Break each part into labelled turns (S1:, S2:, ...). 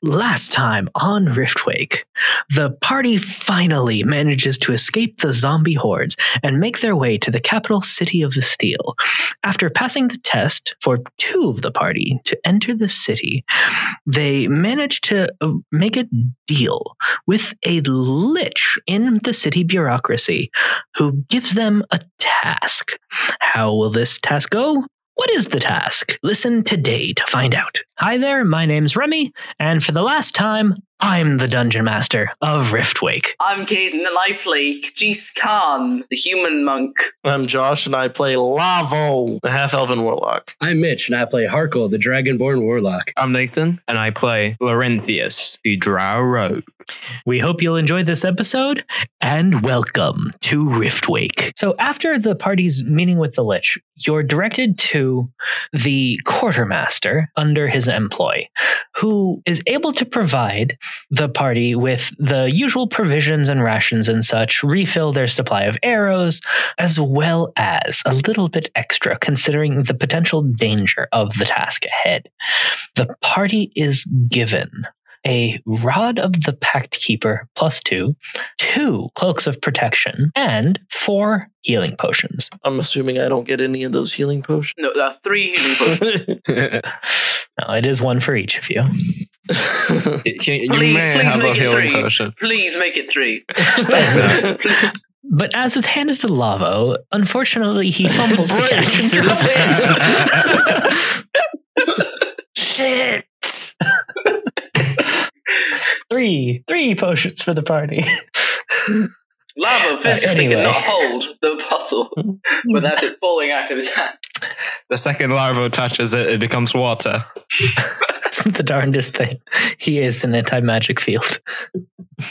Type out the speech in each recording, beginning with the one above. S1: Last time on Riftwake, the party finally manages to escape the zombie hordes and make their way to the capital city of Vesteel. After passing the test for two of the party to enter the city, they manage to uh, make a deal with a lich in the city bureaucracy who gives them a task. How will this task go? What is the task? Listen today to find out. Hi there, my name's Remy, and for the last time, I'm the Dungeon Master of Riftwake.
S2: I'm Caden the Lifelike, Jeez Khan, the human monk.
S3: I'm Um, Josh, and I play Lavo, the half elven warlock.
S4: I'm Mitch, and I play Harkle, the Dragonborn Warlock.
S5: I'm Nathan, and I play Laurentius, the Drow Rogue.
S1: We hope you'll enjoy this episode and welcome to Riftwake. So, after the party's meeting with the Lich, you're directed to the quartermaster under his employ, who is able to provide the party with the usual provisions and rations and such, refill their supply of arrows, as well as a little bit extra considering the potential danger of the task ahead. The party is given a rod of the pact keeper plus two, two cloaks of protection, and four healing potions.
S3: I'm assuming I don't get any of those healing potions.
S2: No, there are three human potions.
S1: Now, it is one for each of you.
S5: you
S2: Please,
S5: may
S2: please
S5: have a
S2: make it
S5: healing
S2: three.
S5: potion.
S2: Please make it three.
S1: But as his hand is to Lavo, unfortunately, he fumbles the catch.
S3: Breaks.
S1: and drops it.
S3: Shit!
S1: three, three potions for the party.
S2: Lava physically
S1: anyway.
S2: did not hold the bottle without it falling out of his hand.
S5: The second larva touches it, it becomes water.
S1: It's the darndest thing. He is an anti magic field.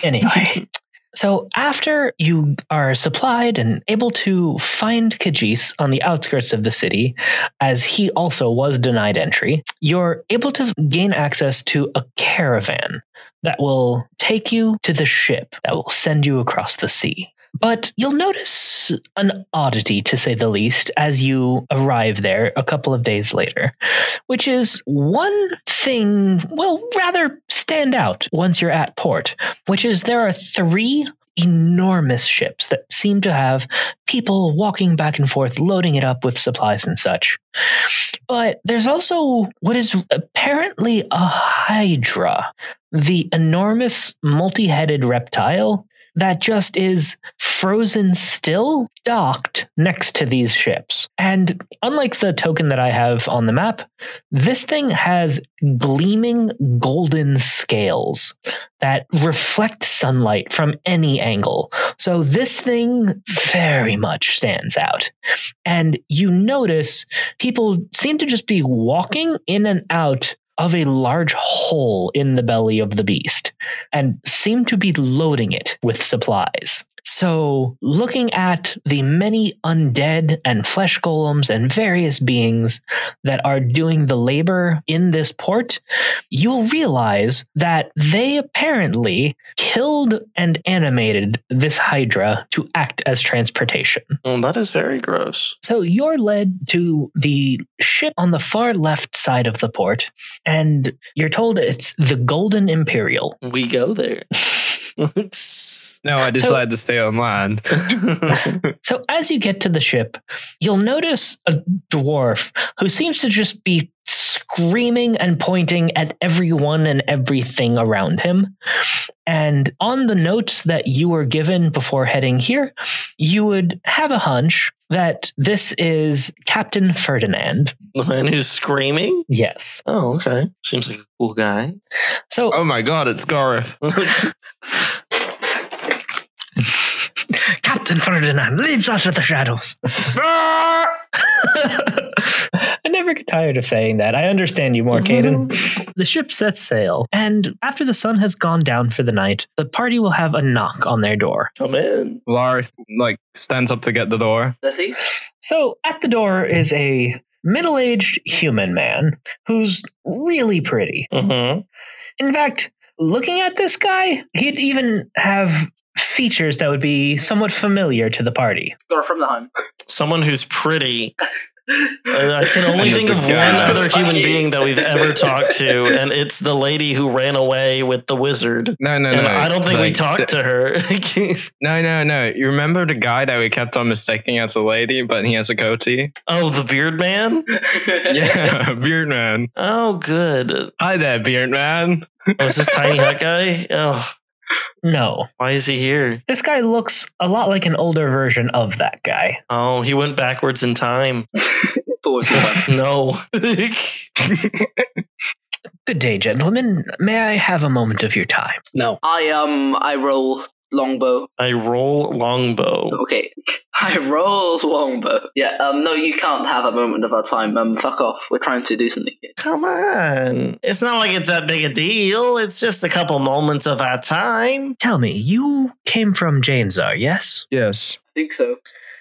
S1: Anyway. So after you are supplied and able to find Kajis on the outskirts of the city, as he also was denied entry, you're able to gain access to a caravan that will take you to the ship that will send you across the sea. But you'll notice an oddity, to say the least, as you arrive there a couple of days later which is one thing will rather stand out once you're at port, which is there are three enormous ships that seem to have people walking back and forth, loading it up with supplies and such. But there's also what is apparently a hydra, the enormous multi headed reptile. That just is frozen still, docked next to these ships. And unlike the token that I have on the map, this thing has gleaming golden scales that reflect sunlight from any angle. So this thing very much stands out. And you notice people seem to just be walking in and out of a large hole in the belly of the beast and seem to be loading it with supplies. So, looking at the many undead and flesh golems and various beings that are doing the labor in this port, you'll realize that they apparently killed and animated this Hydra to act as transportation.
S3: Well, that is very gross.
S1: So you're led to the ship on the far left side of the port, and you're told it's the Golden Imperial.
S3: We go there.
S5: No, I decided to stay on land.
S1: So as you get to the ship, you'll notice a dwarf who seems to just be screaming and pointing at everyone and everything around him. And on the notes that you were given before heading here, you would have a hunch that this is Captain Ferdinand.
S3: the man who's screaming?
S1: Yes.
S3: Oh, okay. Seems like a cool guy.
S1: So
S5: Oh my god, it's Gareth.
S1: Captain Ferdinand lives out of the shadows. I never get tired of saying that. I understand you more, Caden. the ship sets sail, and after the sun has gone down for the night, the party will have a knock on their door.
S3: Come in.
S5: Larth, like, stands up to get the door.
S2: Does he?
S1: So at the door is a middle aged human man who's really pretty.
S3: Mm-hmm.
S1: In fact, looking at this guy, he'd even have features that would be somewhat familiar to the party.
S2: Got it from the home.
S3: Someone who's pretty And I can only
S5: She's
S3: think
S5: a
S3: of one
S5: god.
S3: other human
S2: Fuck you.
S3: being that we've ever talked to, and it's the lady who ran away with the wizard.
S5: No, no,
S3: and
S5: no.
S3: I don't think we
S5: Like,
S3: talked to
S5: th-
S3: her.
S5: No, no, no. You remember the guy that we kept on mistaking as a lady, but he has a goatee?
S3: oh, the beard man?
S5: Yeah, beard man.
S3: Oh, good.
S5: Hi there, beard man.
S3: Oh, is this Tiny Hut guy? Oh,
S1: No,
S3: why is he here?
S1: this guy looks a lot like an older version of that guy.
S3: Oh, he went backwards in time.
S2: Pause there.
S3: No.
S1: Good day, gentlemen. May I have a moment of your time?
S4: No.
S2: I um I roll longbow.
S3: I roll longbow.
S2: Okay. I roll longbow. Yeah, um no you can't have a moment of our time. Um fuck off. We're trying to do something here.
S3: Come on. It's not like it's that big a deal. It's just a couple moments of our time.
S1: Tell me, you came from Janezar, yes?
S5: Yes.
S2: I think so.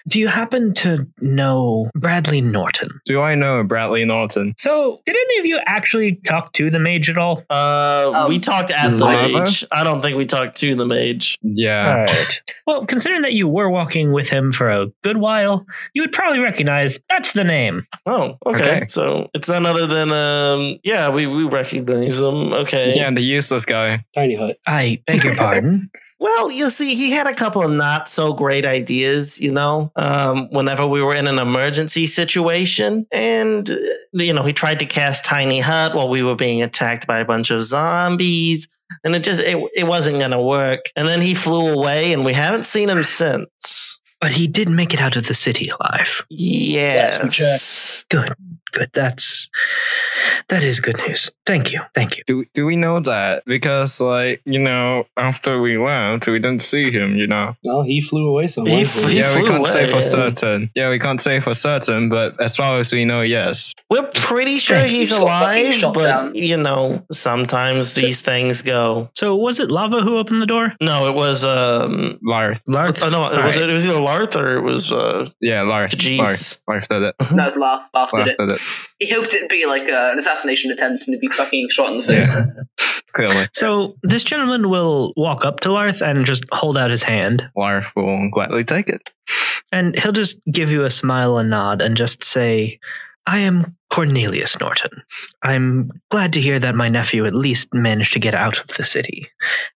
S1: Do you happen to know Bradley Norton?
S5: Do I know Bradley Norton?
S1: So, did any of you actually talk to the mage at all?
S3: Uh,
S2: Um,
S3: we talked at the
S5: Lava?
S3: mage. I don't think we talked to the mage. Uh,
S5: Yeah.
S1: right. Well, considering that you were walking with him for a good while, you would probably recognize that's the name.
S3: Oh, okay.
S5: Okay.
S3: So it's none other than um, yeah, we we recognize him. Okay.
S5: yeah, the useless guy.
S4: Tiny hut.
S1: I beg your pardon.
S3: Well, you see, he had a couple of not so great ideas, you know, um, whenever we were in an emergency situation. And, uh, you know, he tried to cast Tiny Hut while we were being attacked by a bunch of zombies. And it just, it, it wasn't going to work. And then he flew away and we haven't seen him since.
S1: But he did make it out of the city alive.
S3: Yes.
S4: we
S1: Good. Good. That's that is good news. Thank you. Thank you.
S5: Do, do we know that? Because, like, you know, after we left, we didn't see him, you know?
S4: Well, he flew away somewhere.
S3: He flew-
S5: yeah, we
S3: flew
S5: can't say for
S3: away.
S5: certain. Yeah, we can't say for certain, but as far as we know, yes.
S3: We're pretty sure
S1: Thank
S3: he's
S2: you. Fucking
S3: alive,
S2: shot
S3: but,
S2: down.
S3: you know, sometimes these things go.
S1: So was it Lava who opened the door?
S3: No, it was, um,
S5: Larth.
S1: Larth?
S3: oh, no, it
S1: All
S3: was,
S1: right.
S3: it was either Larth or it was, uh,
S5: Yeah, Larth. Larth.
S3: Jeez.
S5: Larth did it.
S2: That was laugh after
S5: Larth
S2: it.
S5: did it.
S2: He hoped it'd be like uh, an assassination attempt and it'd be fucking shot in the face.
S5: Yeah. Clearly.
S1: So this gentleman will walk up to Larth and just hold out his hand,
S5: Larth will gladly take it.
S1: and he'll just give you a smile and nod and just say, I am Cornelius Norton. I'm glad to hear that my nephew at least managed to get out of the city.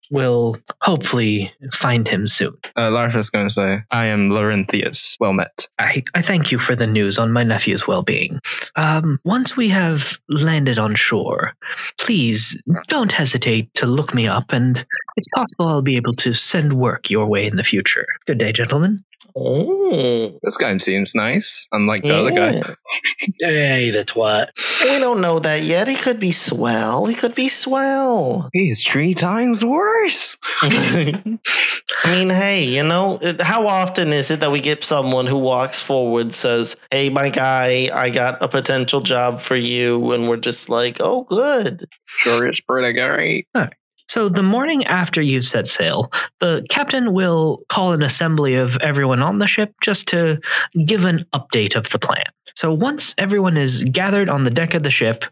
S1: We'll hopefully find him soon.
S5: Uh, Larth is going to say, I am Laurentius. Well met.
S1: I, I thank you for the news on my nephew's well being. Um, once we have landed on shore, please don't hesitate to look me up, and it's possible I'll be able to send work your way in the future. Good day, gentlemen.
S3: oh.
S5: This guy seems nice, unlike the other guy.
S3: Yeah.
S4: Hey, the twat.
S3: We don't know that yet. He could be swell. He could be swell.
S5: He's three times worse.
S3: I mean, hey, you know, it- how often is it that we get someone who walks forward, says, Hey, my guy, I got a potential job for you. And we're just like, Oh, good.
S5: Sure is pretty great.
S1: So, the morning after you've set sail, the captain will call an assembly of everyone on the ship just to give an update of the plan. So, once everyone is gathered on the deck of the ship,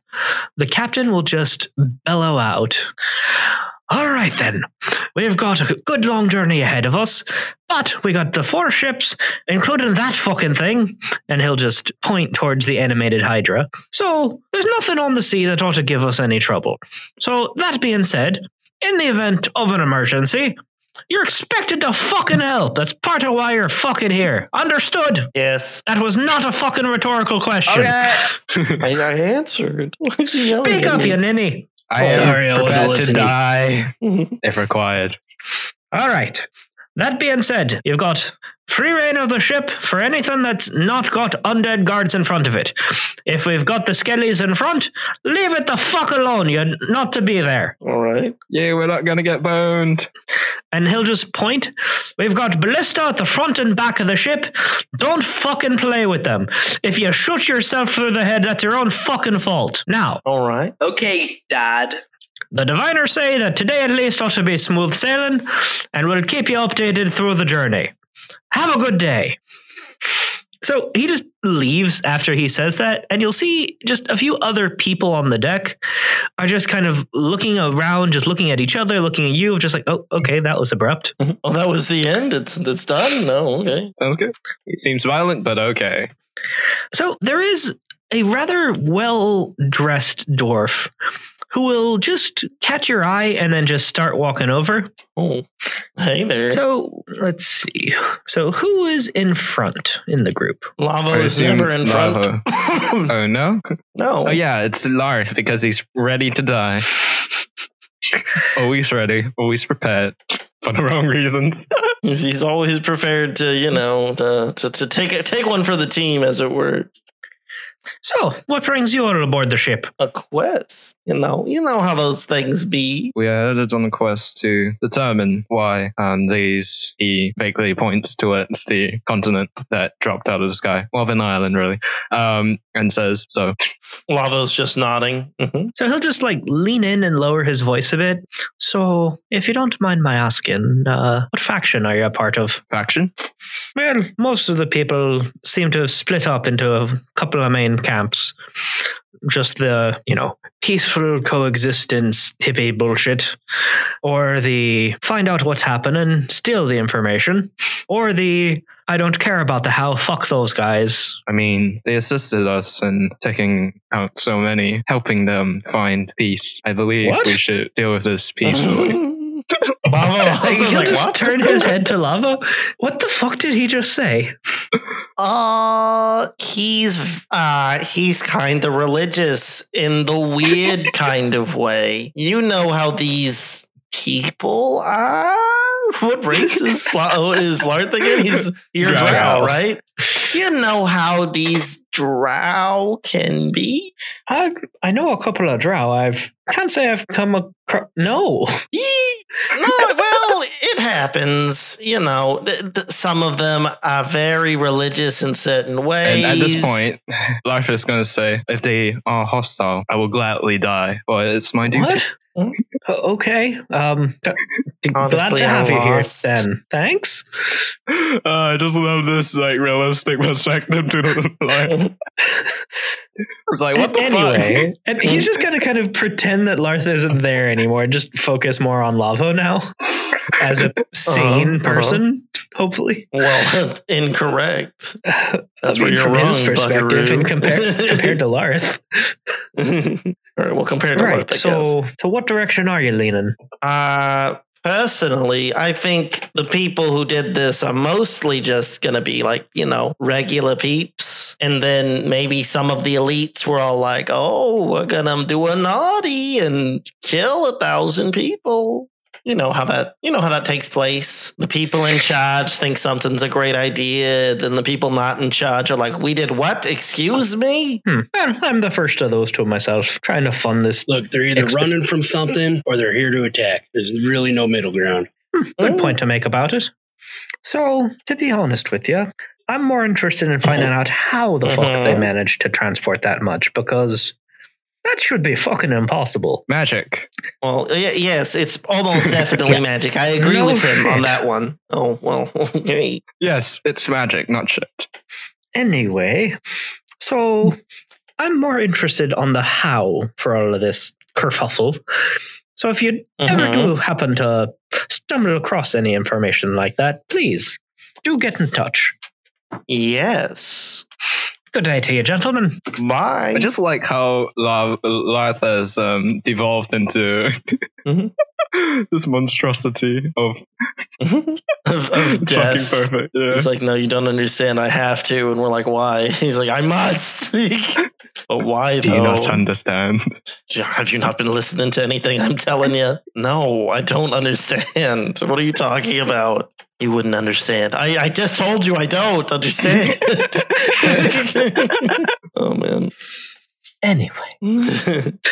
S1: the captain will just bellow out All right, then, we've got a good long journey ahead of us, but we got the four ships, including that fucking thing. And he'll just point towards the animated Hydra. So, there's nothing on the sea that ought to give us any trouble. So, that being said, in the event of an emergency, you're expected to fucking help. That's part of why you're fucking here. Understood?
S3: Yes.
S1: That was not a fucking rhetorical question.
S3: I, I answered. What's he yelling
S1: Speak
S3: at
S1: up,
S3: me?
S1: you ninny.
S4: am
S5: I
S4: Oh, Sorry, I wasn't prepared to
S5: to
S4: listening.
S5: die if required.
S1: All right. That being said, you've got free reign of the ship for anything that's not got undead guards in front of it. If we've got the skellies in front, leave it the fuck alone. You're not to be there.
S3: All right.
S5: Yeah, we're not gonna get boned.
S1: and he'll just point. We've got ballista at the front and back of the ship. Don't fucking play with them. If you shoot yourself through the head, that's your own fucking fault. Now,
S3: All right.
S2: Okay, Dad.
S1: the diviners say that today at least ought to be smooth sailing, and we'll keep you updated through the journey. Have a good day. So he just leaves after he says that, and you'll see just a few other people on the deck are just kind of looking around, just looking at each other, looking at you, just like, oh, okay, that was abrupt.
S3: Oh, that was the end. It's it's done. No, okay.
S5: Sounds good. He seems violent, but okay.
S1: So there is a rather well dressed dwarf who will just catch your eye and then just start walking over.
S3: Oh, hey there.
S1: So let's see. So who is in front in the group?
S3: Lava
S5: I
S3: is
S5: assume
S3: never in
S5: lava.
S3: front.
S5: Oh no!
S3: no.
S5: Oh yeah, it's Lars because he's ready to die. always ready, always prepared for the wrong reasons.
S3: He's- He's always prepared to, you know, to, to, to take a, take one for the team, as it were.
S1: So what brings you all aboard the ship?
S3: A quest, you know, you know how those things be.
S5: We are headed on a quest to determine why um, these he vaguely points towards the continent that dropped out of the sky, well, an island really, um, and says so.
S3: Lava's just nodding. Mhm.
S1: So he'll just like lean in and lower his voice a bit. So if you don't mind my asking, uh, what faction are you a part of?
S5: Faction?
S1: Well, most of the people seem to have split up into a couple of main camps. Just the, you know, peaceful coexistence hippie bullshit, or the find out what's happening, steal the information, or the I don't care about the how, fuck those guys.
S5: I mean, they assisted us in taking out so many, helping them find peace. I believe
S1: What?
S5: we should deal with this peacefully.
S3: Lava
S1: Like,
S3: also
S1: he'll
S3: like,
S1: just
S3: what?
S1: turn his head to lava. What the fuck did he just say?
S3: Uh, he's uh he's kind of religious in the weird kind of way. You know how these people are. What race is Sla- oh, is Larth again? He's you're
S5: Drow.
S3: drow, right? You know how these drow can be.
S1: I I know a couple of drow. I've can't say I've come across. No.
S3: Yee. No, well, it happens. You know, th- th- some of them are very religious in certain ways.
S5: And at this point, Life is going to say, if they are hostile, I will gladly die, but it's my duty.
S1: What? Oh,
S3: Hmm?
S1: O- okay. Um, g- g- glad
S3: Honestly,
S1: to have
S3: I
S1: you here,
S3: lost.
S1: then. Thanks.
S5: Uh, I just love this like realistic perspective to the life. It's like what the fuck?
S1: anyway, and he's just going to kind of pretend that Lartha isn't there anymore. Just focus more on Lavo now as a sane
S3: uh-huh.
S1: person, hopefully.
S3: Well, incorrect. That's
S1: I mean,
S3: where you're
S1: from
S3: wrong,
S1: his perspective, and compared compared to Larth.
S3: to. All right, well, compared to
S1: right.
S3: Larth, I
S1: So, so what direction are you leaning?
S3: guess. Uh, personally, I think the people who did this are mostly just going to be like, you know, regular peeps. And then maybe some of the elites were all like, oh, we're going to do a naughty and kill a thousand people. You know how that you know how that takes place. The people in charge think something's a great idea, then the people not in charge are like, "We did what? Excuse me?"
S1: Hmm. I'm I'm the first of those two myself, trying to fund this.
S4: Look, they're either
S1: Expe-
S4: running from something or they're here to attack. There's really no middle ground.
S1: Good
S3: Mm.
S1: point to make about it. So, to be honest with you, I'm more interested in finding out how the fuck
S3: Mhm.
S1: they managed to transport that much because that should be fucking impossible.
S5: Magic.
S3: Well, y- yes, it's almost definitely
S1: Yeah.
S3: magic. I agree
S1: No
S3: with him
S1: shit.
S3: on that one. Oh well, okay.
S5: Yes, it's magic, not shit.
S1: Anyway, so I'm more interested on the how for all of this kerfuffle. So, if you ever
S3: Mhm.
S1: do happen to stumble across any information like that, please do get in touch.
S3: Yes.
S1: Good day to you, gentlemen.
S3: Bye.
S5: I just like how Lar- Larth has um, devolved into
S3: Mhm.
S5: this monstrosity of,
S3: of,
S5: fucking
S3: of death.
S5: perfect. Yeah.
S3: It's like, no, you don't understand. I have to, and we're like, why? He's like, I must. but why
S5: Do you
S3: though?
S5: not understand?
S3: have you not been listening to anything I'm telling you? No, I don't understand. What are you talking about? You wouldn't understand. I, I just told you I don't understand. oh man.
S1: Anyway.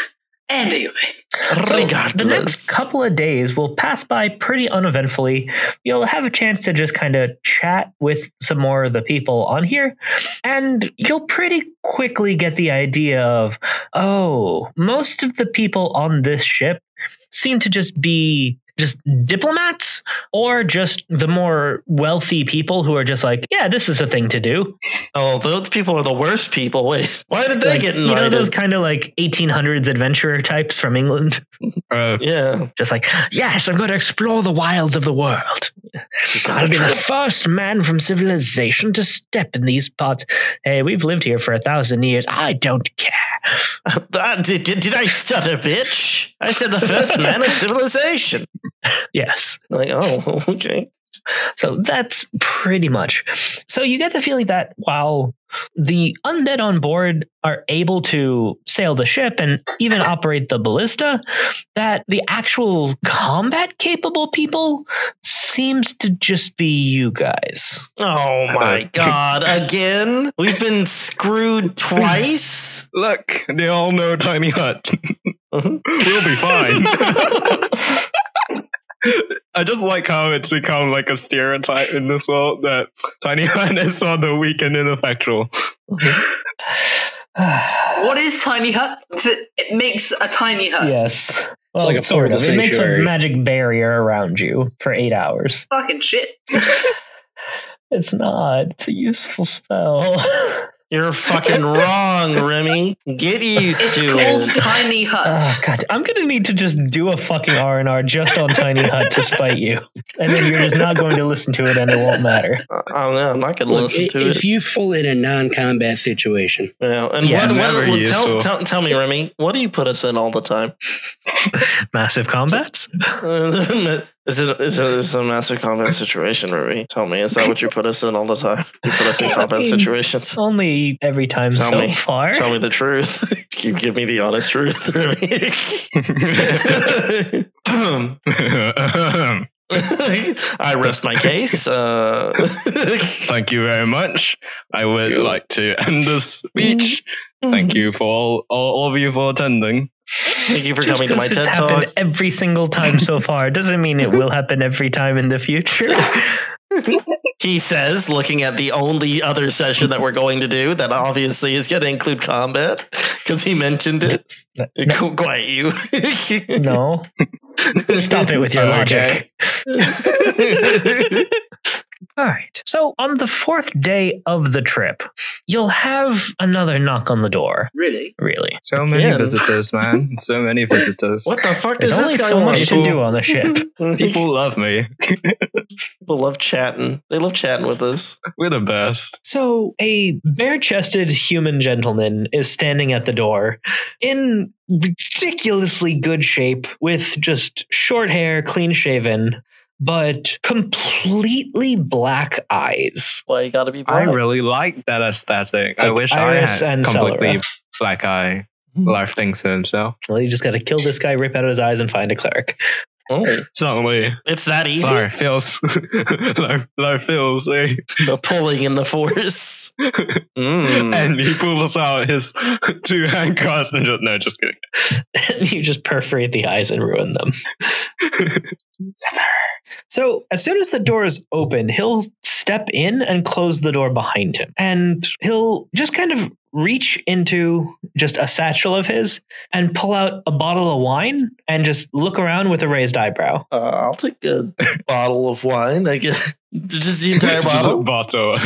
S2: Anyway,
S1: So
S3: Regardless.
S1: the next couple of days will pass by pretty uneventfully. You'll have a chance to just kind of chat with some more of the people on here, and you'll pretty quickly get the idea of oh, most of the people on this ship seem to just be just diplomats or just the more wealthy people who are just like, yeah, this is a thing to do.
S3: Oh, those people are the worst people. Wait, why did they
S1: Like,
S3: get
S1: you know
S3: invited?
S1: those kind of like 1800s adventurer types from England,
S5: Oh,
S3: yeah,
S1: just like, yes, I'm going to explore the wilds of the world.
S3: it's not
S1: I'll
S3: a
S1: be the
S3: trip.
S1: first man from civilization to step in these parts. Hey, we've lived here for a thousand years. I don't care.
S3: Ah, did, did, did I stutter, bitch? I said the first man of civilization.
S1: Yes.
S3: Like, oh, okay.
S1: So that's pretty much. So you get the feeling that while the undead on board are able to sail the ship and even operate the ballista, that the actual combat capable people seems to just be you guys.
S3: Oh my god, again? We've been screwed twice?
S5: look, they all know Tiny Hut.
S3: Mhm.
S5: we'll be fine. I just like how it's become like a stereotype in this world that Tiny Hut is on the weak and ineffectual.
S2: What is tiny hut? Is It, it makes a tiny hut.
S1: yes.
S4: It's
S1: Well,
S4: like a
S1: sort of.
S4: portable
S1: It makes a
S4: sanctuary.
S1: magic barrier around you for eight hours.
S2: Fucking shit.
S1: It's not. It's a useful spell.
S3: You're fucking wrong, Remy. Get used
S2: It's
S3: to
S2: called
S3: it.
S2: tiny
S1: Oh
S2: hut.
S1: god, I'm gonna need to just do a fucking R and R just on Tiny Hut to spite you, and then you're just not going to listen to it, and it won't matter.
S3: Oh no, I'm not gonna
S4: Look,
S3: listen
S4: it,
S3: to
S4: it's
S3: it.
S4: useful in a non-combat situation.
S3: Yeah, and
S1: Yeah,
S3: what,
S5: never
S3: what, what- tell,
S5: useful.
S3: tell, tell me, Remy, what do you put us in all the time?
S1: Massive combats.
S3: is it is it is it a massive combat situation, Remy? Tell me, is that what you put us in all the time? You put us in combat situations.
S1: Only every time
S3: Tell
S1: so
S3: me.
S1: far.
S3: Tell me the truth. you give me the honest truth, Remy.
S5: Thank
S3: I rest my case. Uh,
S5: you very much. I would like to end this speech. Thank you for all, all, all of you for attending.
S3: Thank you for
S1: Just
S3: coming to my
S1: because
S3: TED
S1: it's
S3: talk.
S1: happened every single time so far doesn't mean it will happen every time in the future.
S3: He says, looking at the only other session that we're going to do that obviously is going to include combat because he mentioned it. Qu- Quite you.
S1: no, stop it with your
S5: Okay.
S1: logic. All right. So on the fourth day of the trip, you'll have another knock on the door.
S2: Really?
S1: Really,
S5: So many
S3: Yeah.
S5: visitors, man. So many visitors.
S3: What the fuck
S1: there's
S3: does
S1: only
S3: this guy
S1: so
S3: want?
S1: much to do on the ship.
S5: People love me.
S3: People love chatting. They love chatting with us.
S5: We're the best.
S1: So, a bare chested human gentleman is standing at the door in ridiculously good shape with just short hair, clean shaven, but completely black eyes.
S3: Why you gotta be
S5: I
S3: black?
S5: really like that aesthetic. I
S1: Like
S5: wish I
S1: Iris
S5: had
S1: and
S5: completely
S1: Cellera.
S5: black eye.
S3: Hmm.
S5: Life thinks to himself.
S1: Well, you just gotta kill this guy, rip out his eyes, and find a cleric.
S3: Oh,
S5: Suddenly,
S3: it's that easy.
S5: life feels. life, life feels. Eh?
S3: The pulling in the force. Mm.
S5: And he pulls out his two handcuffs and just no, just kidding.
S1: you just perforate the eyes and ruin them. Zephyr. So as soon as the door is open, he'll step in and close the door behind him. And he'll just kind of reach into just a satchel of his and pull out a bottle of wine and just look around with a raised eyebrow.
S3: Uh, I'll take a bottle of wine. I guess just the entire
S5: Just a
S3: bottle.
S5: bottle.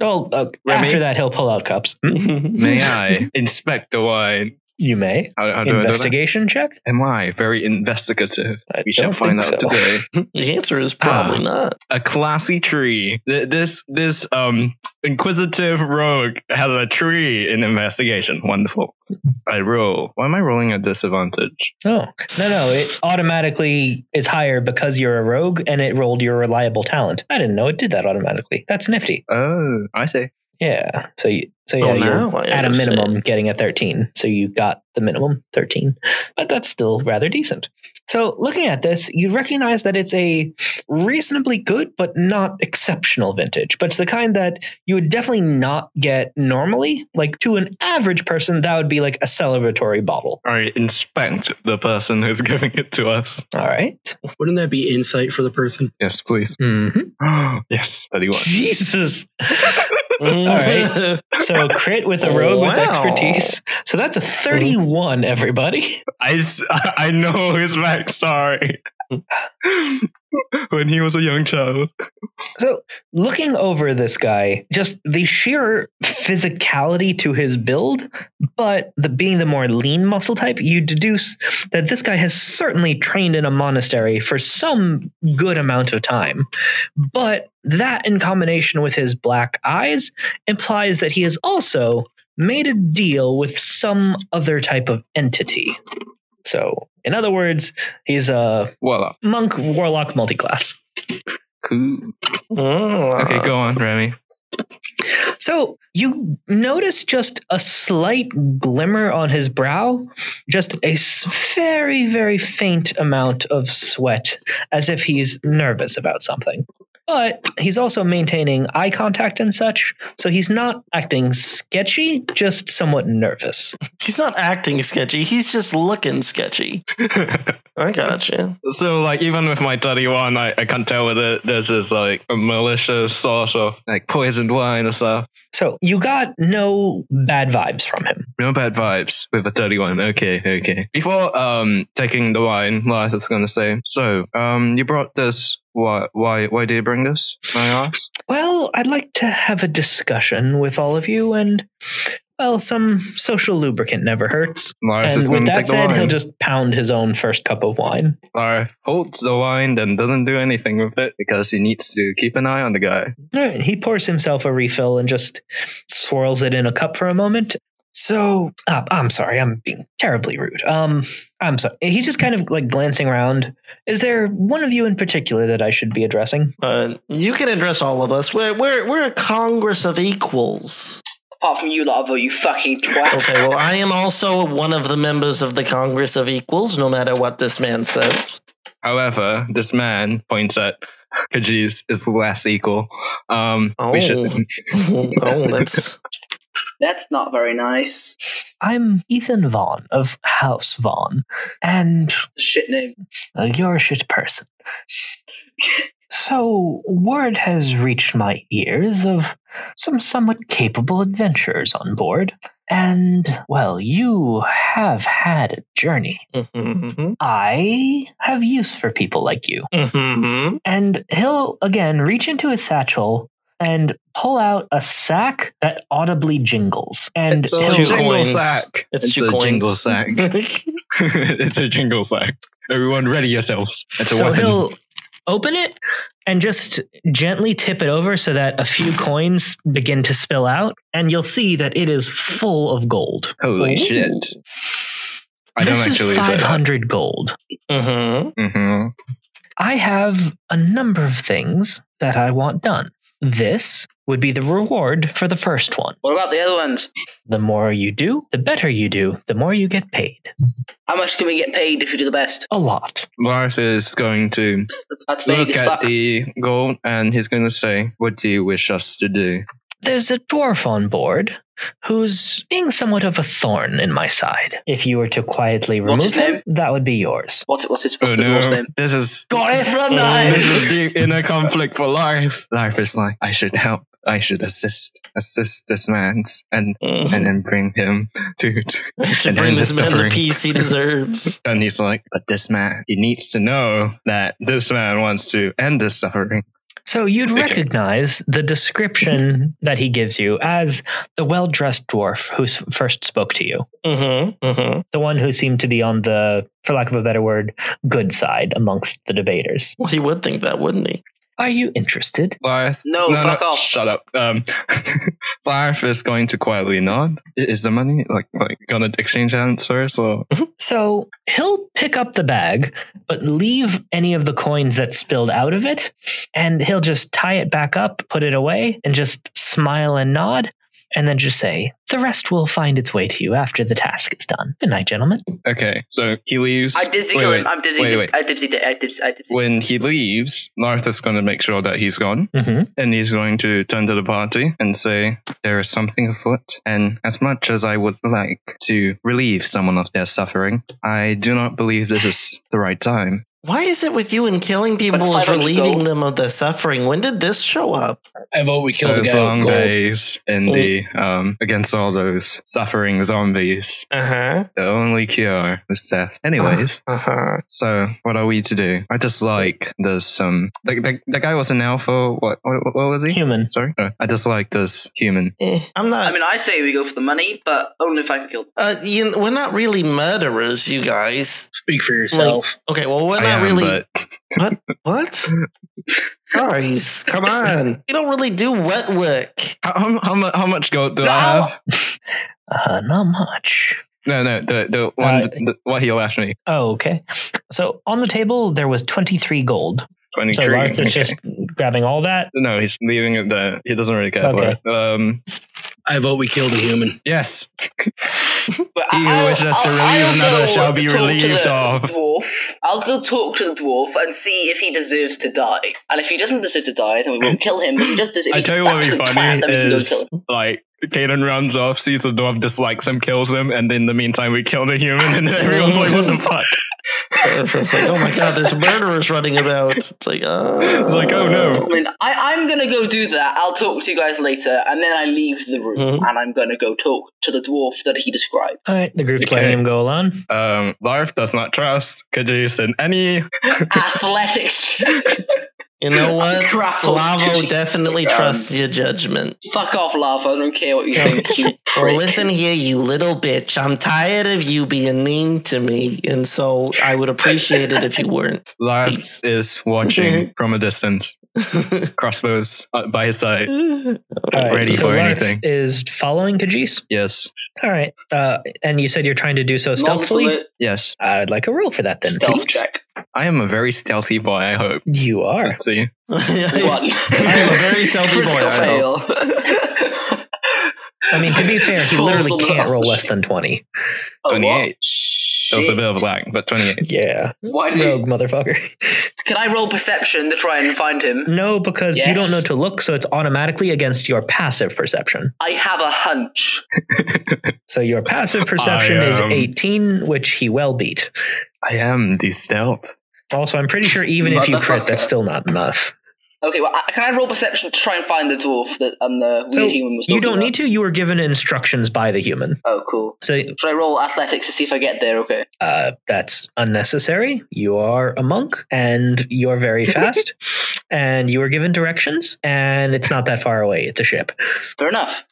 S1: Well, uh,
S5: Remy?
S1: after that, he'll pull out cups. Hmm?
S5: May I inspect the wine?
S1: You may.
S5: How, how do I do
S1: Investigation check?
S5: that? Am I very investigative?
S1: I
S5: We shall
S1: don't
S5: find out
S1: think so.
S5: today.
S3: The answer is probably
S5: Ah.
S3: not.
S5: A classy tree. Th- This this um inquisitive rogue has a tree in investigation. Wonderful. I roll. Why am I rolling at disadvantage?
S1: Oh. No, no, it automatically is higher because you're a rogue and it rolled your reliable talent. I didn't know it did that automatically. That's nifty.
S5: Oh, I see.
S1: Yeah. So you so yeah,
S3: Oh,
S1: you're
S3: now I
S1: at a
S3: understand.
S1: minimum getting a 13. So you got the minimum 13. But that's still rather decent. So looking at this, you recognize that it's a reasonably good but not exceptional vintage. But it's the kind that you would definitely not get normally. Like to an average person, that would be like a celebratory bottle.
S5: I inspect the person who's giving it to us.
S1: All right.
S4: Wouldn't that be insight for the person?
S5: Yes, please.
S1: Mm-hmm.
S5: yes, 31.
S1: Jesus. right. So crit with a rogue with
S3: Wow.
S1: expertise. So that's a 31, everybody.
S5: I, s- I know his backstory. when he was a young child.
S1: So, looking over this guy, just the sheer physicality to his build, but the being the more lean muscle type, you deduce that this guy has certainly trained in a monastery for some good amount of time. But that, in combination with his black eyes, implies that he has also made a deal with some other type of entity. So, in other words, he's a
S5: Voila.
S1: monk warlock multiclass.
S5: Cool.
S3: Mm.
S5: Okay, go on, Remy.
S1: So you notice just a slight glimmer on his brow, just a s- very, very faint amount of sweat, as if he's nervous about something. But he's also maintaining eye contact and such, so he's not acting sketchy, just somewhat nervous.
S3: He's not acting sketchy. He's just looking sketchy. I got you.
S5: so, like, even with my dirty one, I, I can't tell whether this is like a malicious sort of like poisoned wine or stuff.
S1: So you got no bad vibes from him.
S5: No bad vibes with a dirty one. Okay, okay. Before um taking the wine, Lars is gonna say. So, um, you brought this. Why? Why? Why do you bring this? May I ask.
S1: Well, I'd like to have a discussion with all of you, and well, some social lubricant never hurts.
S5: Lars is
S1: And with
S5: gonna
S1: that
S5: take the
S1: said, he'll
S5: wine.
S1: just pound his own first cup of wine.
S5: Lars holds the wine, then doesn't do anything with it because he needs to keep an eye on the guy.
S1: All right, he pours himself a refill and just swirls it in a cup for a moment. So uh, I'm sorry, I'm being terribly rude. Um, I'm sorry. He's just kind of like glancing around. Is there one of you in particular that I should be addressing?
S3: Uh, you can address all of us. We're we're we're a congress of equals.
S2: Apart from you, Lava, you fucking twat.
S3: Okay. Well, I am also one of the members of the congress of equals. No matter what this man says.
S5: However, this man points at Kajis is less equal. Um,
S3: Oh.
S5: we should.
S3: oh, that's
S2: That's not very nice.
S1: I'm Ethan Vaughn of House Vaughn, and
S2: Shit name.
S1: Uh, you're a shit person. So, word has reached my ears of some somewhat capable adventurers on board. And, well, you have had a journey.
S3: Mm-hmm.
S1: I have use for people like you.
S3: Mm-hmm.
S1: And he'll, again, reach into his satchel and pull out a sack that audibly jingles. And
S5: So-
S1: he'll-
S5: Jingle sack.
S3: It's,
S5: It's
S3: two
S5: a
S3: coins. Mm-hmm.
S5: jingle sack. it's a jingle sack. Everyone, ready yourselves. It's a
S1: so
S5: weapon.
S1: he'll open it and just gently tip it over so that a few coins begin to spill out, and you'll see that it is full of gold.
S5: Holy shit! I don't
S1: this
S5: actually
S1: is
S5: say
S1: five
S5: that.
S1: hundred gold.
S3: mm-hmm.
S5: Mhm.
S1: I have a number of things that I want done. This would be the reward for the first one.
S2: What about the other ones?
S1: The more you do, the better you do, the more you get paid.
S2: How much can we get paid if you do the best?
S1: A lot.
S5: Lars is going to
S2: That's vague
S5: look
S2: as
S5: at
S2: fuck.
S5: the gold and he's going to say, "What do you wish us to do?"
S1: There's a dwarf on board who's being somewhat of a thorn in my side. If you were to quietly
S2: What's
S1: remove
S2: his
S1: him,
S2: name?
S1: that would be yours.
S2: What's it? What's it?
S5: Oh
S2: What's the
S5: no!
S2: dwarf's name?
S5: This is
S1: Got it from
S5: this is deep inner conflict for life. Life is like, I should help. I should assist, assist this man's, and and then bring him to. to
S3: I Mm-hmm. should
S5: and
S3: bring
S5: end
S3: this
S5: the
S3: man the
S5: suffering.
S3: peace he deserves.
S5: and he's like, but this man, he needs to know that this man wants to end this suffering.
S1: So you'd
S5: Okay.
S1: recognize the description that he gives you as the well dressed dwarf who s- first spoke to you,
S3: Mm-hmm. Mm-hmm.
S1: the one who seemed to be on the, for lack of a better word, good side amongst the debaters.
S3: Well, he would think that, wouldn't he?
S1: Are you interested?
S5: Barth,
S2: No, fuck off.
S5: Shut up. Um, Barth is going to quietly nod. I- Is the money like like gonna exchange hands first, or
S1: So he'll pick up the bag, but leave any of the coins that spilled out of it, and he'll just tie it back up, put it away, and just smile and nod. And then just say, the rest will find its way to you after the task is done. Good night, gentlemen.
S5: okay? So he leaves.
S2: I dipsy
S5: Wait,
S2: kill
S5: wait,
S2: him. I'm dizzy.
S5: wait,
S2: dip-
S5: wait.
S2: I dipsy. di- I dipsy. I dipsy.
S5: When he leaves, Barth is going to make sure that he's gone.
S1: Mm-hmm.
S5: and he's going to turn to the party and say, There is something afoot, and as much as I would like to relieve someone of their suffering, I do not believe this is the right time.
S3: Why is it with you and killing people
S2: That's
S3: is
S2: 500
S3: relieving
S2: gold.
S3: them of their suffering? When did this show up?
S4: I vote we kill the
S5: those
S4: guy with
S5: long
S4: gold.
S5: days in the um against all those suffering zombies.
S3: Uh huh.
S5: The only cure was death. Anyways.
S3: Uh huh.
S5: So what are we to do? I just like there's some the, the, the guy was an alpha. What what, what was he?
S1: Human.
S5: Sorry, Uh, I just like this human.
S3: I'm not.
S2: I mean, I say we go for the money, but only if I can kill them.
S3: uh, you, we're not really murderers, you guys.
S4: Speak for yourself.
S3: Okay, well, we're
S5: I
S3: not
S5: am,
S3: really.
S5: but
S3: What? What? Guys, come on. You don't really do wet work.
S5: how, how, how, mu- how much gold do
S2: No.
S5: I have?
S1: Uh, not much.
S5: No, no, the the one
S1: Uh,
S5: the, what he left me
S1: Oh, okay. So on the table there was twenty three gold.
S5: twenty
S1: So
S5: three.
S1: Larth is just grabbing all that.
S5: no, he's leaving it there. He doesn't really care
S1: Okay.
S5: for it. Um,
S4: I vote we kill the human.
S5: yes,
S2: But
S5: He who
S2: I'll-
S5: wishes to
S2: I'll-
S5: relieve
S2: I'll
S5: another
S2: go
S5: shall be
S2: talk to
S5: relieved
S2: the
S5: of.
S2: Dwarf. I'll go talk to the dwarf and see if he deserves to die. And if he doesn't deserve to die, then we won't kill him. If he just does, if
S5: I
S2: he's
S5: tell you what would be
S2: actually bad,
S5: funny
S2: then we can go
S5: is
S2: kill him.
S5: like Kanan runs off, sees the dwarf, dislikes him, kills him, and in the meantime we kill the human, and then everyone's like, "What the fuck?"
S3: It's like, oh my god, there's murderers running about. It's like, uh,
S5: It's like, "Oh
S2: I
S5: no."
S2: mean, I, I'm gonna go do that. I'll talk to you guys later, and then I leave the room,
S3: Mhm.
S2: and I'm gonna go talk to the dwarf that he described.
S1: All right, the group's
S5: Okay.
S1: letting him go alone.
S5: Um, Larf does not trust Kajus in any.
S2: Athletics.
S3: You know what?
S2: Grapple.
S5: Oh,
S3: Lavo definitely
S2: Um,
S3: trusts your judgment.
S2: Fuck off, lava. I don't care what you think. you
S3: Well,
S2: prick.
S3: listen here, you little bitch. I'm tired of you being mean to me, and so I would appreciate it if you weren't.
S5: Larf is watching from a distance, crossbows uh, by his side.
S1: All
S5: ready
S1: so
S5: for
S1: Larth
S5: anything.
S1: Is following Kajis.
S5: Yes,
S1: All right. Uh, and you said you're trying to do so stealthily.
S2: Nonchalate
S5: yes.
S1: I'd like a roll for that then.
S2: stealth
S1: please.
S2: check.
S5: I am a very stealthy boy. I hope.
S1: You are.
S5: Let's see.
S3: I
S2: One.
S3: am a very selfie boy.
S2: Critical
S3: I know.
S2: fail.
S1: I mean, to be fair, he
S2: Rolls
S1: literally
S2: on the
S1: can't roll
S2: off
S1: less than 20.
S2: Oh, what?
S5: 28. That was a
S2: Oh, Shit.
S5: bit of lack, but twenty-eight.
S1: Yeah.
S2: Why do
S1: Rogue motherfucker.
S2: Can I roll perception to try and find him?
S1: No, because you don't
S2: Yes.
S1: know to look, so it's automatically against your passive perception.
S2: I have a hunch.
S1: So your passive perception is
S5: am-
S1: 18, which he well beat.
S5: I am the stealth.
S1: Also, I'm pretty sure even if you crit,
S2: Motherfucker.
S1: that's still not enough.
S2: Okay, well, I- can I roll perception to try and find the dwarf that um the
S1: So
S2: weird human was talking
S1: You don't
S2: about?
S1: need to. You were given instructions by the human.
S2: Oh, cool.
S1: So
S2: Should I roll athletics to see if I get there? Okay.
S1: uh, that's unnecessary. You are a monk and you're very fast, and you were given directions, and it's not that far away. It's a ship.
S2: Fair enough.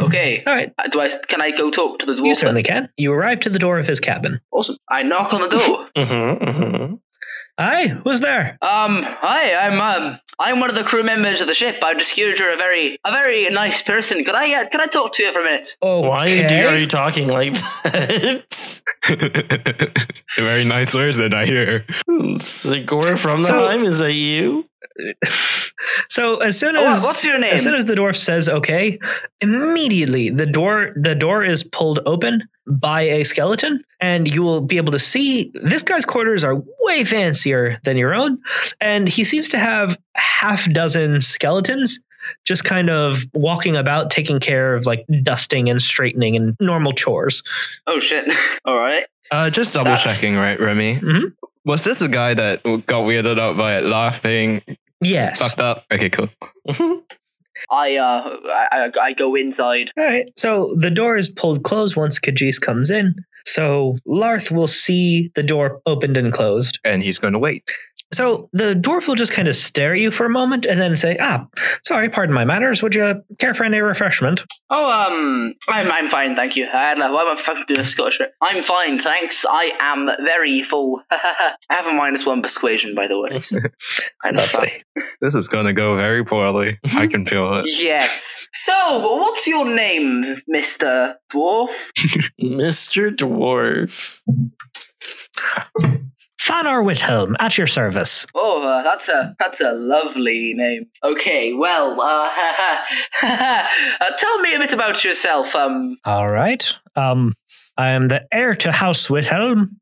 S2: Okay.
S1: All right.
S2: Uh, Do I? Can I go talk to the
S1: You
S2: dwarf?
S1: certainly
S2: then?
S1: can. You arrive to the door of his cabin.
S2: Awesome. I knock on the door.
S3: Mhm, mhm.
S1: Aye, who's there?
S2: um, hi. I'm um, I'm one of the crew members of the ship. I just heard you're a very, a very nice person. Can I get? Can I talk to you for a minute?
S1: Okay.
S3: Why are you, are you talking like that?
S5: Very nice words that I hear.
S3: Sigor from the
S1: So-
S3: Heim, is that you?
S1: so as soon
S2: Oh,
S1: as
S2: what's your name?
S1: as soon as the dwarf says okay, immediately the door the door is pulled open by a skeleton, and you will be able to see this guy's quarters are way fancier than your own, and he seems to have half dozen skeletons just kind of walking about taking care of like dusting and straightening and normal chores.
S2: oh shit. All right.
S5: Uh, just double
S2: That's-
S5: checking, right, Remy?
S1: Mhm.
S5: Was this a guy that got weirded out by it laughing,
S1: Yes.
S5: fucked up? Okay, cool.
S2: I uh, I, I, I go inside.
S1: All right. So the door is pulled closed once Kajis comes in. So Larth will see the door opened and closed.
S5: And he's going to wait.
S1: So the dwarf will just kind of stare at you for a moment and then say, Ah, sorry, pardon my manners. Would you care for any refreshment?
S2: Oh, um, I'm I'm fine, thank you. I don't know why am I fucking doing a Scottish accent? I'm fine, thanks. I am very full. I have a minus one persuasion, by the way. so kind of fun.
S1: Lovely.
S5: This is going to go very poorly.
S1: Mm-hmm.
S5: I can feel it.
S2: Yes. So, what's your name, Mister Dwarf?
S3: Mr. Dwarf.
S1: Fanar Whithelm, at your service.
S2: Oh, uh, that's a that's a lovely name. Okay, well, uh, uh, tell me a bit about yourself. Um,
S1: All right. Um, I am the heir to House Wilhelm,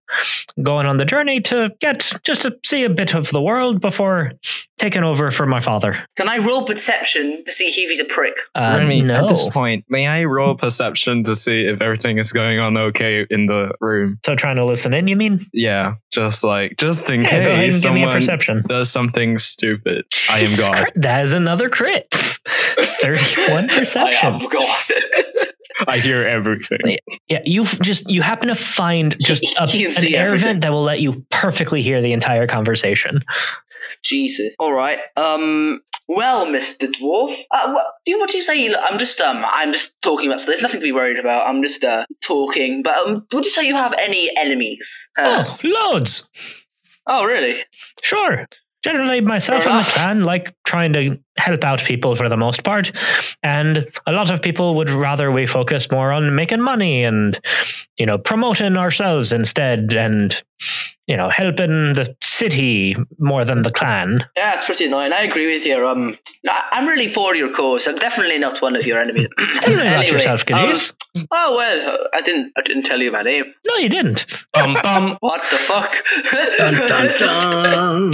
S1: going on the journey to get just to see a bit of the world before taking over for my father.
S2: Can I roll perception to see if he's a prick?
S1: Uh,
S5: Remy,
S1: no.
S5: at this point, may I roll perception to see if everything is going on okay in the room?
S1: so trying to listen in, you mean?
S5: Yeah, just like just in
S1: Yeah, go ahead and
S5: case
S1: give me a
S5: someone
S1: perception.
S5: does something stupid. I am
S1: Jesus
S5: God.
S1: Christ, That is another crit. 31
S2: I am
S1: perception.
S2: God.
S5: I hear everything.
S1: Yeah. Yeah, you just you happen to find just a,
S2: You can
S1: an
S2: see
S1: air
S2: everything.
S1: vent that will let you perfectly hear the entire conversation.
S2: Jesus. All right. Um. Well, Mister Dwarf, uh, what do you, what do you say? You, I'm just um. I'm just talking about. So there's nothing to be worried about. I'm just uh talking. But um, would you say you have any enemies? Uh,
S1: oh, loads.
S2: oh, really?
S1: Sure. Generally, myself
S2: Fair
S1: and the
S2: enough.
S1: clan like trying to help out people for the most part, and a lot of people would rather we focus more on making money and, you know, promoting ourselves instead, and, you know, helping the city more than the clan.
S2: Yeah, it's pretty annoying. I agree with you. Um, no, I'm really for your cause. I'm definitely not one of your enemies.
S1: Tell me about
S2: Anyway,
S1: yourself,
S2: um,
S1: Khadijs.
S2: oh well, I didn't. I didn't tell you my name.
S1: no, you didn't.
S3: Bum bum.
S2: What the fuck?
S4: Dun, dun, dun.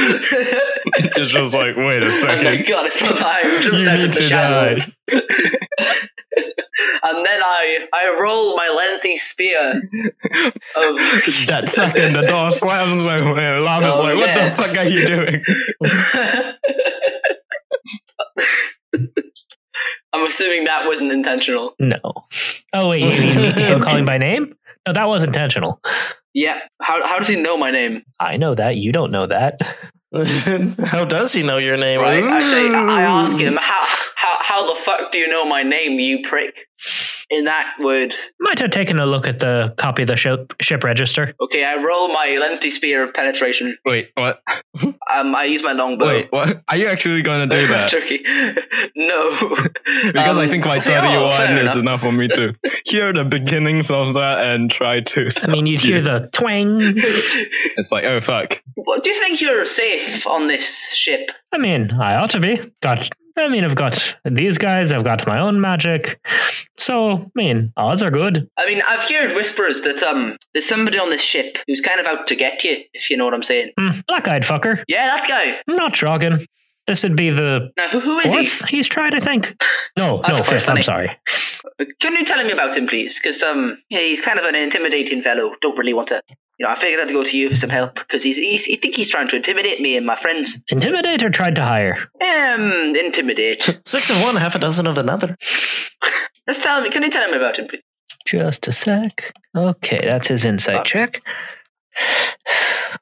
S5: it's just like, wait a
S2: Oh my
S5: second.
S2: god, it's not I who jumps
S5: You
S2: out
S5: need
S2: of the
S5: to
S2: shadows. and then I I roll my lengthy spear of
S5: that second, the door slams open. and Lana's
S2: Oh,
S5: like, what
S2: yeah.
S5: the fuck are you doing?
S2: I'm assuming that wasn't intentional.
S1: No. Oh wait, you mean him calling by name? No, that was intentional.
S2: Yeah. How how does he know my name?
S1: I know that. You don't know that.
S3: How does he know your name?
S2: Right? I say I ask him how how how the fuck do you know my name, you prick? In that word.
S1: Might have taken a look at the copy of the ship, ship register.
S2: Okay, I roll my lengthy spear of penetration.
S5: Wait, what?
S2: Um I use my longbow.
S5: Wait, what? Are you actually going to do that?
S2: Turkey. No.
S5: Because I
S2: Um,
S5: think my
S2: say, oh,
S5: 31
S2: fair
S5: is
S2: enough.
S5: enough for me to hear the beginnings of that and try to.
S1: I mean, you'd hear the twang.
S5: It's like, oh fuck.
S2: What- Do you think you're safe on this ship?
S1: I mean, I ought to be. Got. I mean, I've got these guys. I've got my own magic. So, I mean, odds are good.
S2: I mean, I've heard whispers that um, there's somebody on this ship who's kind of out to get you, if you know what I'm saying.
S1: Hmm, black-eyed fucker.
S2: Yeah, that guy.
S1: I'm not jogging. This would be the
S2: Now, who, who is he?
S1: fourth he's tried, I think. No,
S2: That's
S1: no,
S2: quite
S1: fifth. I'm
S2: funny.
S1: sorry.
S2: Can you tell me about him, please? Because um, yeah, he's kind of an intimidating fellow. Don't really want to. You know, I figured I'd go to you for some help because he's, he's. I think he's trying to intimidate me and my friends.
S1: Intimidator tried to hire.
S2: Um, intimidate.
S3: Six of one, half a dozen of another.
S2: Let's tell me. Can you tell me about him, please?
S1: Just a sec. Okay, that's his insight check.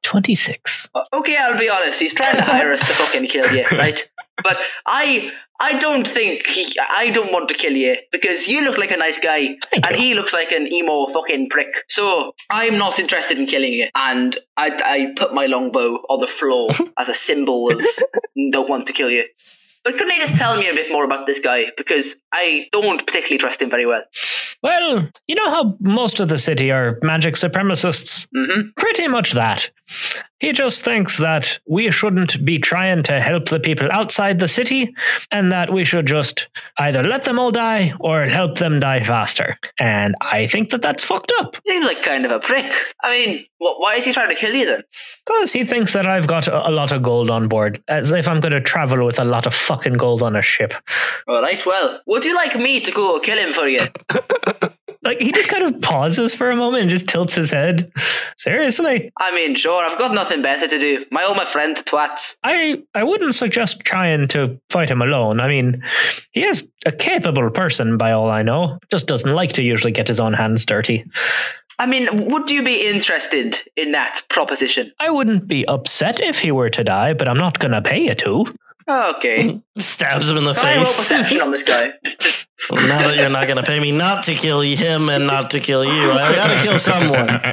S1: 26.
S2: Uh, Okay, I'll be honest. He's trying to hire us to fucking kill you, right? But I, I don't think he, I don't want to kill you because you look like a nice guy
S1: Thank
S2: and
S1: you.
S2: he looks like an emo fucking prick. So I'm not interested in killing you. And I, I put my longbow on the floor as a symbol of don't want to kill you. But couldn't you just tell me a bit more about this guy because I don't particularly trust him very well.
S1: Well, you know how most of the city are magic supremacists?
S2: Mm-hmm.
S1: Pretty much that. He just thinks that we shouldn't be trying to help the people outside the city and that we should just either let them all die or help them die faster. And I think that that's fucked up
S2: Seems like kind of a prick. I mean, wh- why is he trying to kill you then?
S1: because he thinks that I've got a, a lot of gold on board, as if I'm going to travel with a lot of fucking gold on a ship.
S2: All right, well, would you like me to go kill him for you?
S1: Like, he just kind of pauses for a moment and just tilts his head. Seriously?
S2: I mean, sure, I've got nothing better to do. My old my friend twats.
S1: I I wouldn't suggest trying to fight him alone. I mean, he is a capable person by all I know. Just doesn't like to usually get his own hands dirty.
S2: I mean, would you be interested in that proposition?
S1: I wouldn't be upset if he were to die, but I'm not gonna pay you to.
S2: Okay.
S3: Stabs him in the
S2: Can I roll perception
S3: face.
S2: on this guy?
S3: now that you're not going to pay me not to kill him and not to kill you, I got to kill someone.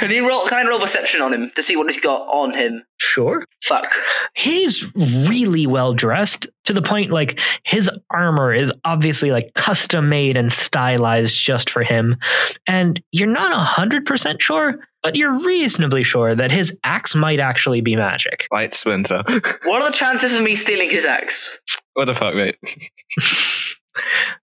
S2: Can you roll? Can I roll perception on him to see what he's got on him?
S1: Sure.
S2: Fuck.
S1: He's really well dressed to the point like his armor is obviously like custom made and stylized just for him. And you're not 100% sure, but you're reasonably sure that his axe might actually be magic.
S5: Light splinter.
S2: What are the chances of me stealing his axe?
S5: What the fuck, mate?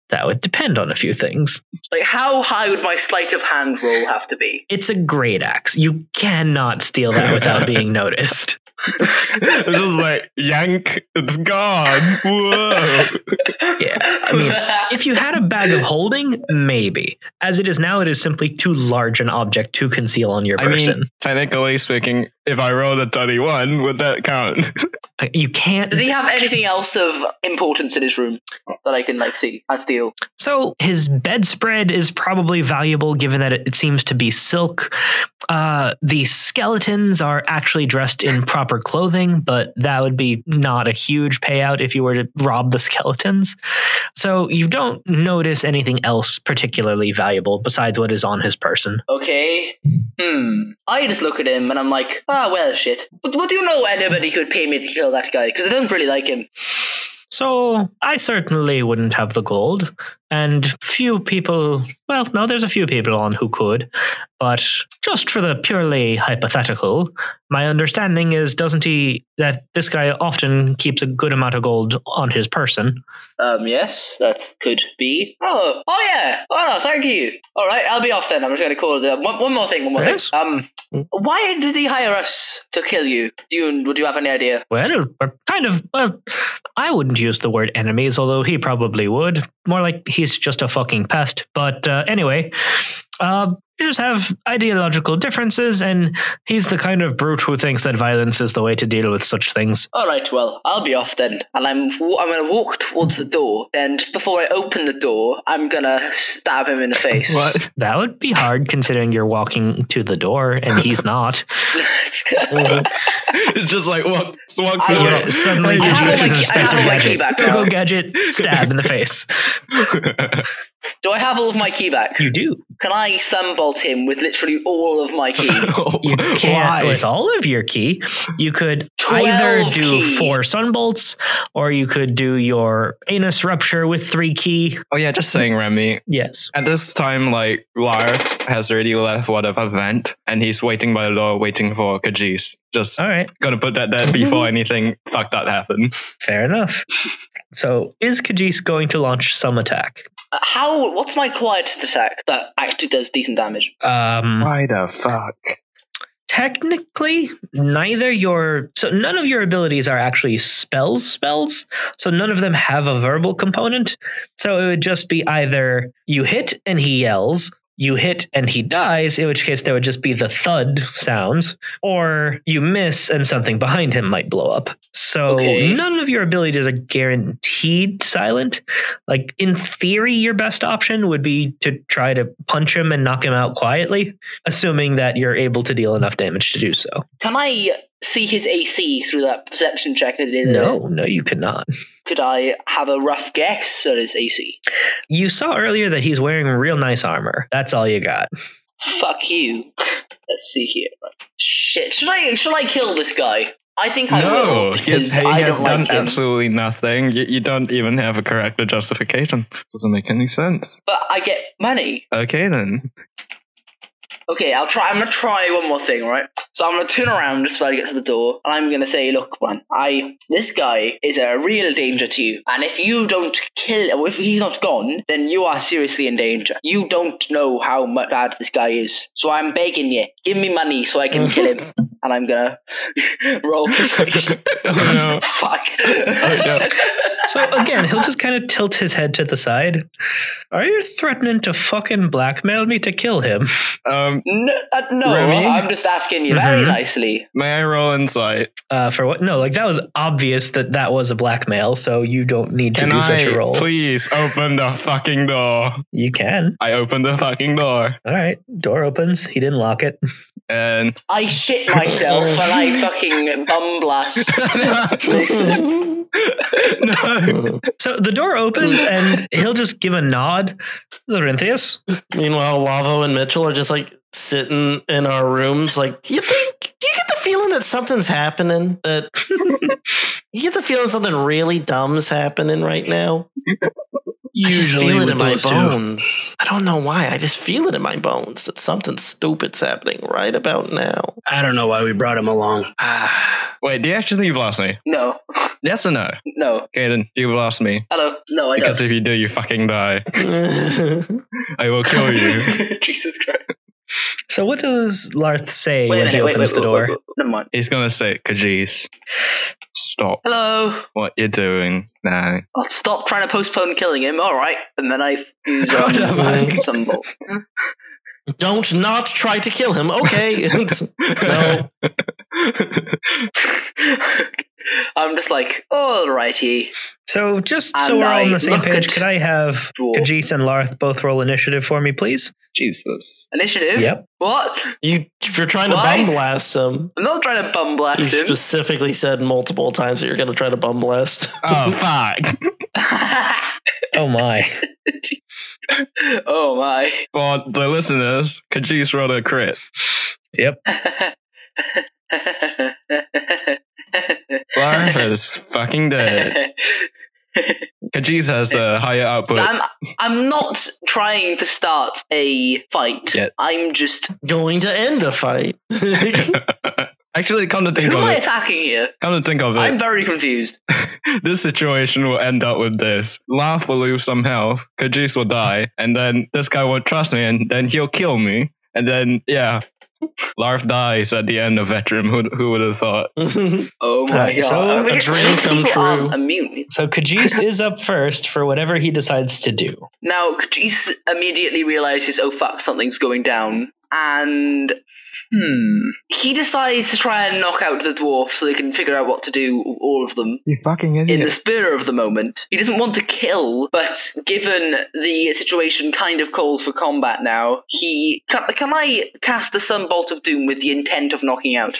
S1: That would depend on a few things.
S2: Like, how high would my sleight of hand roll have to be?
S1: It's a great axe. You cannot steal that without being noticed.
S5: it's just like yank. It's gone. Whoa.
S1: Yeah. I mean, If you had a bag of holding, maybe. As it is now, it is simply too large an object to conceal on your
S5: I
S1: person.
S5: mean, technically speaking, if I rolled a thirty-one, would that count?
S1: Uh, you can't.
S2: Does he have anything else of importance in his room that I can like see and steal?
S1: so his bedspread is probably valuable, given that it, it seems to be silk. Uh, the skeletons are actually dressed in proper clothing, but that would be not a huge payout if you were to rob the skeletons. So you don't notice anything else particularly valuable besides what is on his person.
S2: Okay. Hmm. I just look at him and I'm like, ah, well, shit. But would you know anybody who would pay me to kill that guy? Because I don't really like him.
S1: So I certainly wouldn't have the gold, and few people. Well, no, there's a few people on who could, but just for the purely hypothetical, my understanding is doesn't he that this guy often keeps a good amount of gold on his person?
S2: Um, yes, that could be. Oh, oh yeah. Oh no, thank you. All right, I'll be off then. I'm just gonna call it. uh, One, one more thing. One more
S1: Yes?
S2: thing. Um, why did he hire us to kill you? Do you would you have any idea?
S1: Well, we're kind of. Well, I wouldn't use the word enemies, although he probably would. More like he's just a fucking pest. But uh, anyway, uh, we just have ideological differences, and he's the kind of brute who thinks that violence is the way to deal with such things.
S2: All right, well, I'll be off then, and I'm wa- I'm gonna walk towards the door. Then, just before I open the door, I'm gonna stab him in the face.
S1: That would be hard considering you're walking to the door and he's not.
S5: it's just like walk, walks
S2: I
S5: in.
S2: would-
S1: You're suddenly
S2: I have
S1: introduced
S2: a
S1: as
S2: lucky- I have
S1: Inspector
S2: a
S1: Gadget.
S2: lucky
S1: Go
S2: background.
S1: go gadget, stab in the face.
S2: Do I have all of my key back?
S1: You do.
S2: Can I sunbolt him with literally all of my key? Uh,
S1: You can't
S5: Why?
S1: with all of your key. You could
S2: 12
S1: either do
S2: key.
S1: four sunbolts, or you could do your anus rupture with three key.
S5: oh yeah, just saying, Remy.
S1: Yes.
S5: At this time, like Lyre has already left whatever vent, and he's waiting by the door, waiting for Kajis. Just
S1: All right.
S5: gonna put that there before anything fucked up happened.
S1: Fair enough. So is Kajis going to launch some attack?
S2: Uh, How? What's my quietest attack that actually does decent damage?
S1: Um,
S5: Why the fuck?
S1: technically, neither your so none of your abilities are actually spells spells. So none of them have a verbal component. So it would just be either you hit and he yells, you hit and he dies, in which case there would just be the thud sounds, or you miss and something behind him might blow up. So
S2: Okay.
S1: none of your abilities are guaranteed silent. Like in theory, your best option would be to try to punch him and knock him out quietly, assuming that you're able to deal enough damage to do so.
S2: Can I see his AC through that perception check that it is?
S1: No, no, you could not.
S2: Could I have a rough guess at his AC?
S1: You saw earlier that he's wearing real nice armor. That's all you got.
S2: Fuck you. Let's see here. Shit. Should I? Should I kill this guy? I think I
S5: No,
S2: will.
S5: he has,
S2: because
S5: he
S2: I
S5: has
S2: don't
S5: done
S2: like him.
S5: absolutely nothing. You, you don't even have a character justification. Doesn't make any sense.
S2: But I get money.
S5: Okay then.
S2: Okay, I'll try. I'm gonna try one more thing, right? So I'm gonna turn around just before I get to the door, and I'm gonna say, "Look, man, I this guy is a real danger to you, and if you don't kill, or if he's not gone, then you are seriously in danger. You don't know how mu- bad this guy is. So I'm begging you, give me money so I can kill him." And I'm gonna roll persuasion.
S5: Oh, no.
S2: Fuck.
S5: Oh, no.
S1: So again, he'll just kind of tilt his head to the side. Are you threatening to fucking blackmail me to kill him?
S5: Um,
S2: No, uh, no
S5: Remy? Mm-hmm.
S2: I'm just asking you very
S1: Mhm.
S2: nicely.
S5: may I roll insight?
S1: Uh, for what? No, like that was obvious that that was a blackmail. So you don't need to
S5: Can
S1: do such a
S5: I
S1: role.
S5: please open the fucking door?
S1: You can.
S5: I open the fucking door
S1: All right. Door opens. He didn't lock it.
S5: and
S2: I shit myself and I fucking bum blast.
S5: no.
S1: So the door opens and he'll just give a nod. Laurentius,
S3: Meanwhile, Lavo and Mitchell are just like sitting in our rooms. Like, you think? Do you get the feeling that something's happening? That you get the feeling something really dumb's happening right now. I just
S4: Usually
S3: feel it
S4: with
S3: in my
S4: those two.
S3: bones. I don't know why. I just feel it in my bones that something stupid's happening right about now.
S4: I don't know why we brought him along.
S3: Ah,
S5: Wait, do you actually blast me?
S2: No,
S5: Yes or no?
S2: no.
S5: Caden, do you blast me?
S2: Hello. No, I
S5: Because if you do, you fucking die. I will kill you.
S2: don't. Jesus Christ.
S1: So what does Larth say when
S2: Wait a
S1: he
S2: minute. Wait,
S1: opens
S2: wait,
S1: the
S2: wait,
S1: door?
S2: wait, wait. Never mind.
S5: He's gonna say, Kajis, stop
S2: Hello.
S5: what you're doing now.
S2: I'll Oh, stop trying to postpone killing him. All right, and then I use
S1: Never
S2: um,
S3: mind.
S2: some bolt.
S3: Don't not try to kill him. Okay. no.
S2: I'm just like, all righty.
S1: So just so
S2: And
S1: we're all on
S2: I
S1: the same
S2: look
S1: page,
S2: at-
S1: could I have
S2: Draw.
S1: Kajis and Larth both roll initiative for me, please?
S5: Jesus.
S2: Initiative.
S1: Yep.
S2: What?
S3: You, you're trying to
S2: Why?
S3: bum blast him.
S2: I'm not trying to bum
S3: You
S2: blast him.
S3: specifically said multiple times that you're going to try to bum blast.
S5: Oh, fuck.
S1: Oh my.
S2: oh my.
S5: For the listeners, Kajis rolled a crit.
S1: Yep.
S5: Life is fucking dead.
S1: Uh,
S5: Kajis has a higher output.
S2: I'm I'm not trying to start a fight.
S5: Yeah.
S2: I'm just
S3: Going to end the fight.
S5: Actually, come to think
S2: who
S5: of
S2: am I
S5: it,
S2: attacking here?
S5: come to think of
S2: I'm
S5: it,
S2: very confused.
S5: this situation will end up with this. Laugh will lose some health, Kajis will die, and then this guy won't trust me, and then he'll kill me. And then, yeah, Larf dies at the end of Veteran. Who, who would have thought?
S3: All
S2: Oh my
S1: Alright,
S2: god!
S1: so
S2: I mean,
S3: a dream come
S2: people aren't
S3: true.
S2: Immune.
S1: So Kajis is up first for whatever he decides to do.
S2: Now, Kajis immediately realizes, oh fuck, something's going down. And hmm, he decides to try and knock out the dwarf so they can figure out what to do, all of them.
S5: You fucking
S2: In the spur of the moment, he doesn't want to kill, but given the situation kind of calls for combat now, he can, can I cast the Sunbolt of Doom with the intent of knocking out?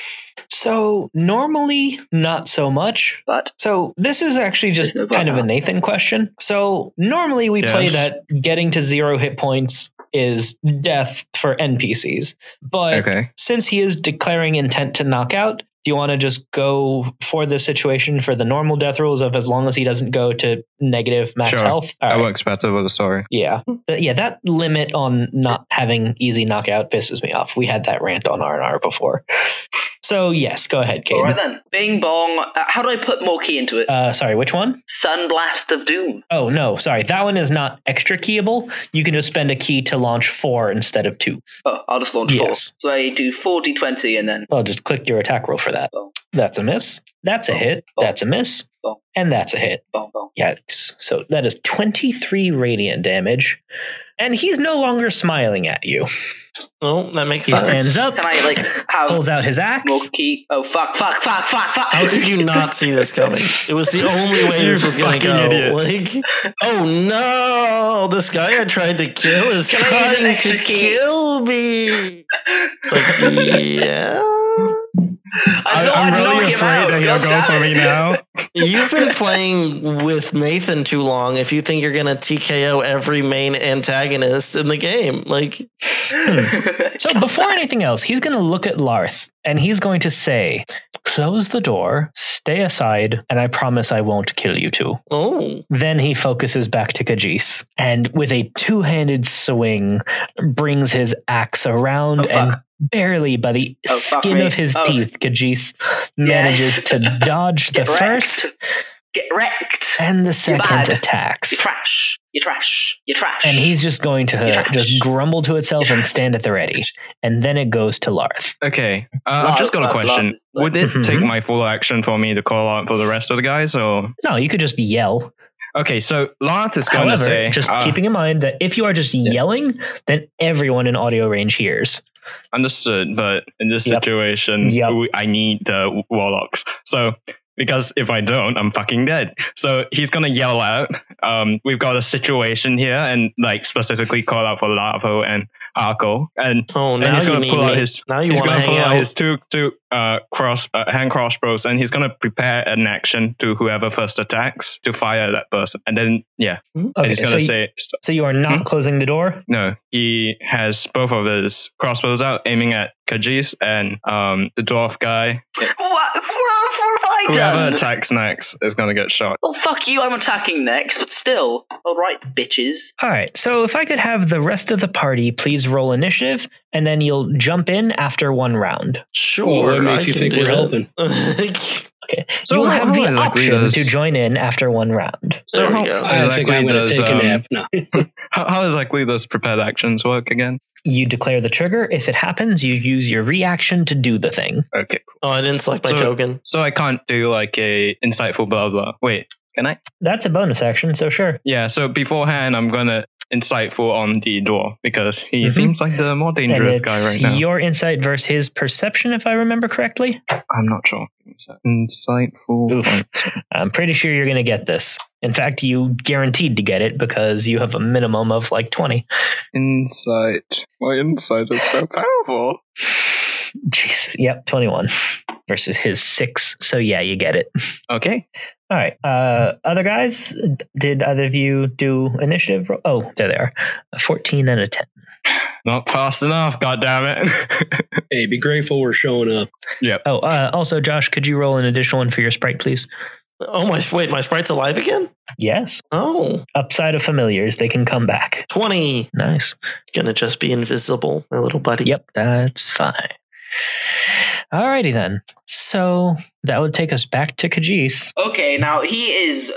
S1: So normally not so much.
S2: But
S1: So this is actually just
S2: There's no
S1: kind of a
S2: button.
S1: Nathan question. So normally we play
S5: Yes.
S1: that getting to zero hit points is death for NPCs. But
S5: Okay.
S1: since he is declaring intent to knock out, do you want to just go for this situation for the normal death rules of as long as he doesn't go to negative max
S5: Sure.
S1: health? All
S5: That
S1: right.
S5: works better with the story.
S1: Yeah. Th- yeah, that limit on not having easy knockout pisses me off. We had that rant on R&R before. So, yes, go ahead, Caden.
S2: all right then, Bing Bong. Uh, how do I put more key into it?
S1: Uh, sorry, which one?
S2: Sunblast of Doom.
S1: Oh, no, sorry. That one is not extra keyable. You can just spend a key to launch four instead of two.
S2: Oh, I'll just launch
S1: Yes.
S2: four. So I do 4d20 and then.
S1: Well, just click your attack roll for that.
S2: Oh.
S1: That's a miss. That's a
S2: Oh.
S1: hit.
S2: Oh.
S1: That's a miss.
S2: Oh.
S1: And that's a hit.
S2: Bong, bong.
S1: Yikes. So that is 23 radiant damage. And he's no longer smiling at you.
S3: Oh, that makes
S1: He
S3: sense.
S1: stands up,
S2: Can I, like, have
S1: pulls out his axe.
S2: more key? Oh, fuck, fuck, fuck, fuck, fuck.
S3: How could you not see this coming? It was the only way this
S5: You
S3: was going to
S5: fucking
S3: go.
S5: idiot.
S3: Like, oh no, this guy I tried to kill is
S2: Can I use an
S3: trying
S2: extra
S3: to
S2: key?
S3: kill me. It's like, yeah.
S2: I
S5: I,
S2: thought
S5: I'm
S2: I'd knock
S5: really
S2: him
S5: afraid
S2: out.
S5: that he'll
S2: God
S5: go
S2: damn
S5: for me
S2: it.
S5: now.
S3: You've been playing with Nathan too long if you think you're going to TKO every main antagonist in the game. Like,
S1: So before anything else, he's going to look at Larth and he's going to say, Close the door, stay aside, and I promise I won't kill you two.
S3: oh,
S1: Then he focuses back to Kajis and with a two handed swing brings his axe around
S2: Oh, fuck.
S1: and barely by the
S2: Oh, fuck
S1: skin
S2: me.
S1: of his
S2: Oh.
S1: teeth, Kajis manages to dodge the
S2: Get wrecked.
S1: first
S2: Get wrecked.
S1: and the second
S2: bad.
S1: attacks.
S2: You trash. You trash. You trash.
S1: And he's just going to
S2: Trash.
S1: just grumble to itself and stand at the ready. And then it goes to Larth.
S5: Okay, uh,
S2: Love,
S5: I've just got
S2: love,
S5: a question.
S2: love is like-
S5: Would it
S1: Mhm.
S5: take my full action for me to call out for the rest of the guys? Or
S1: No, you could just yell.
S5: okay, so Larth is going to
S1: However,
S5: say,
S1: just
S5: uh,
S1: keeping in mind that if you are just yelling, then everyone in audio range hears.
S5: understood, but in this
S1: Yep.
S5: situation,
S1: Yep.
S5: we, I need the warlocks. So because if I don't, I'm fucking dead. So he's gonna yell out. Um, we've got a situation here, and like specifically call out for Larvo and Arco, and
S3: oh, now
S5: he's
S3: you
S5: gonna
S3: need
S5: pull out
S3: me.
S5: his-
S3: Now you
S5: he's
S3: want to
S5: going to
S3: hang
S5: pull out
S3: out.
S5: his two two uh, cross uh, hand crossbows, and he's going to prepare an action to whoever first attacks to fire that person, and then yeah, and
S1: Okay,
S5: he's going
S1: so,
S5: to
S1: you-
S5: say "Stop."
S1: so you are not
S5: Hmm?
S1: closing the door?
S5: no. He has both of his crossbows out, aiming at Kajis and um, the dwarf guy.
S2: what, what, what have I
S5: Whoever
S2: done?
S5: attacks next is going to get shot.
S2: well, fuck you. I'm attacking next, but still. All right, bitches.
S1: All right. So if I could have the rest of the party please always roll initiative, and then you'll jump in after one round.
S3: Sure.
S4: what makes you think we're helping?
S3: helping?
S1: Okay,
S5: So
S1: you
S5: I
S1: have the
S5: always agree
S1: option
S5: this.
S1: to join in after one round.
S3: there we go.
S4: I think I'm going
S5: Exactly
S4: to
S5: does,
S4: take
S5: um,
S4: a nap. No.
S5: How, how exactly does prepared actions work again?
S1: You declare the trigger. If it happens, you use your reaction to do the thing.
S5: Okay.
S3: Oh, I didn't select my
S5: So-
S3: token.
S5: So I can't do like a insightful blah blah. Wait, can I?
S1: That's a bonus action, so sure.
S5: Yeah. So beforehand, I'm gonna insightful on the door because he
S1: Mhm.
S5: seems like the more dangerous
S1: and
S5: guy
S1: it's
S5: right now.
S1: Your insight versus his perception, if I remember correctly.
S5: I'm not sure. Insightful.
S1: Oof.
S5: fight.
S1: I'm pretty sure you're going to get this. In fact, you guaranteed to get it because you have a minimum of like 20.
S5: Insight. My insight is so powerful.
S1: Jeez. Yep, 21 versus his 6. So yeah, you get it.
S5: Okay.
S1: All right. Uh other guys, did either of you do initiative? ro- Oh, there they are. A 14 and a 10.
S5: Not fast enough. God damn it.
S4: Hey, be grateful we're showing up.
S1: Oh, uh, also Josh, could you roll an additional one for your sprite, please?
S3: Oh, my. Wait, my sprite's alive again?
S1: Yes.
S3: Oh,
S1: Upside of familiars, they can come back.
S3: 20.
S1: Nice.
S3: Gonna just be invisible, my little buddy.
S1: Yep, that's fine. Alrighty then. So that would take us back to Kajis.
S2: Okay, now he is.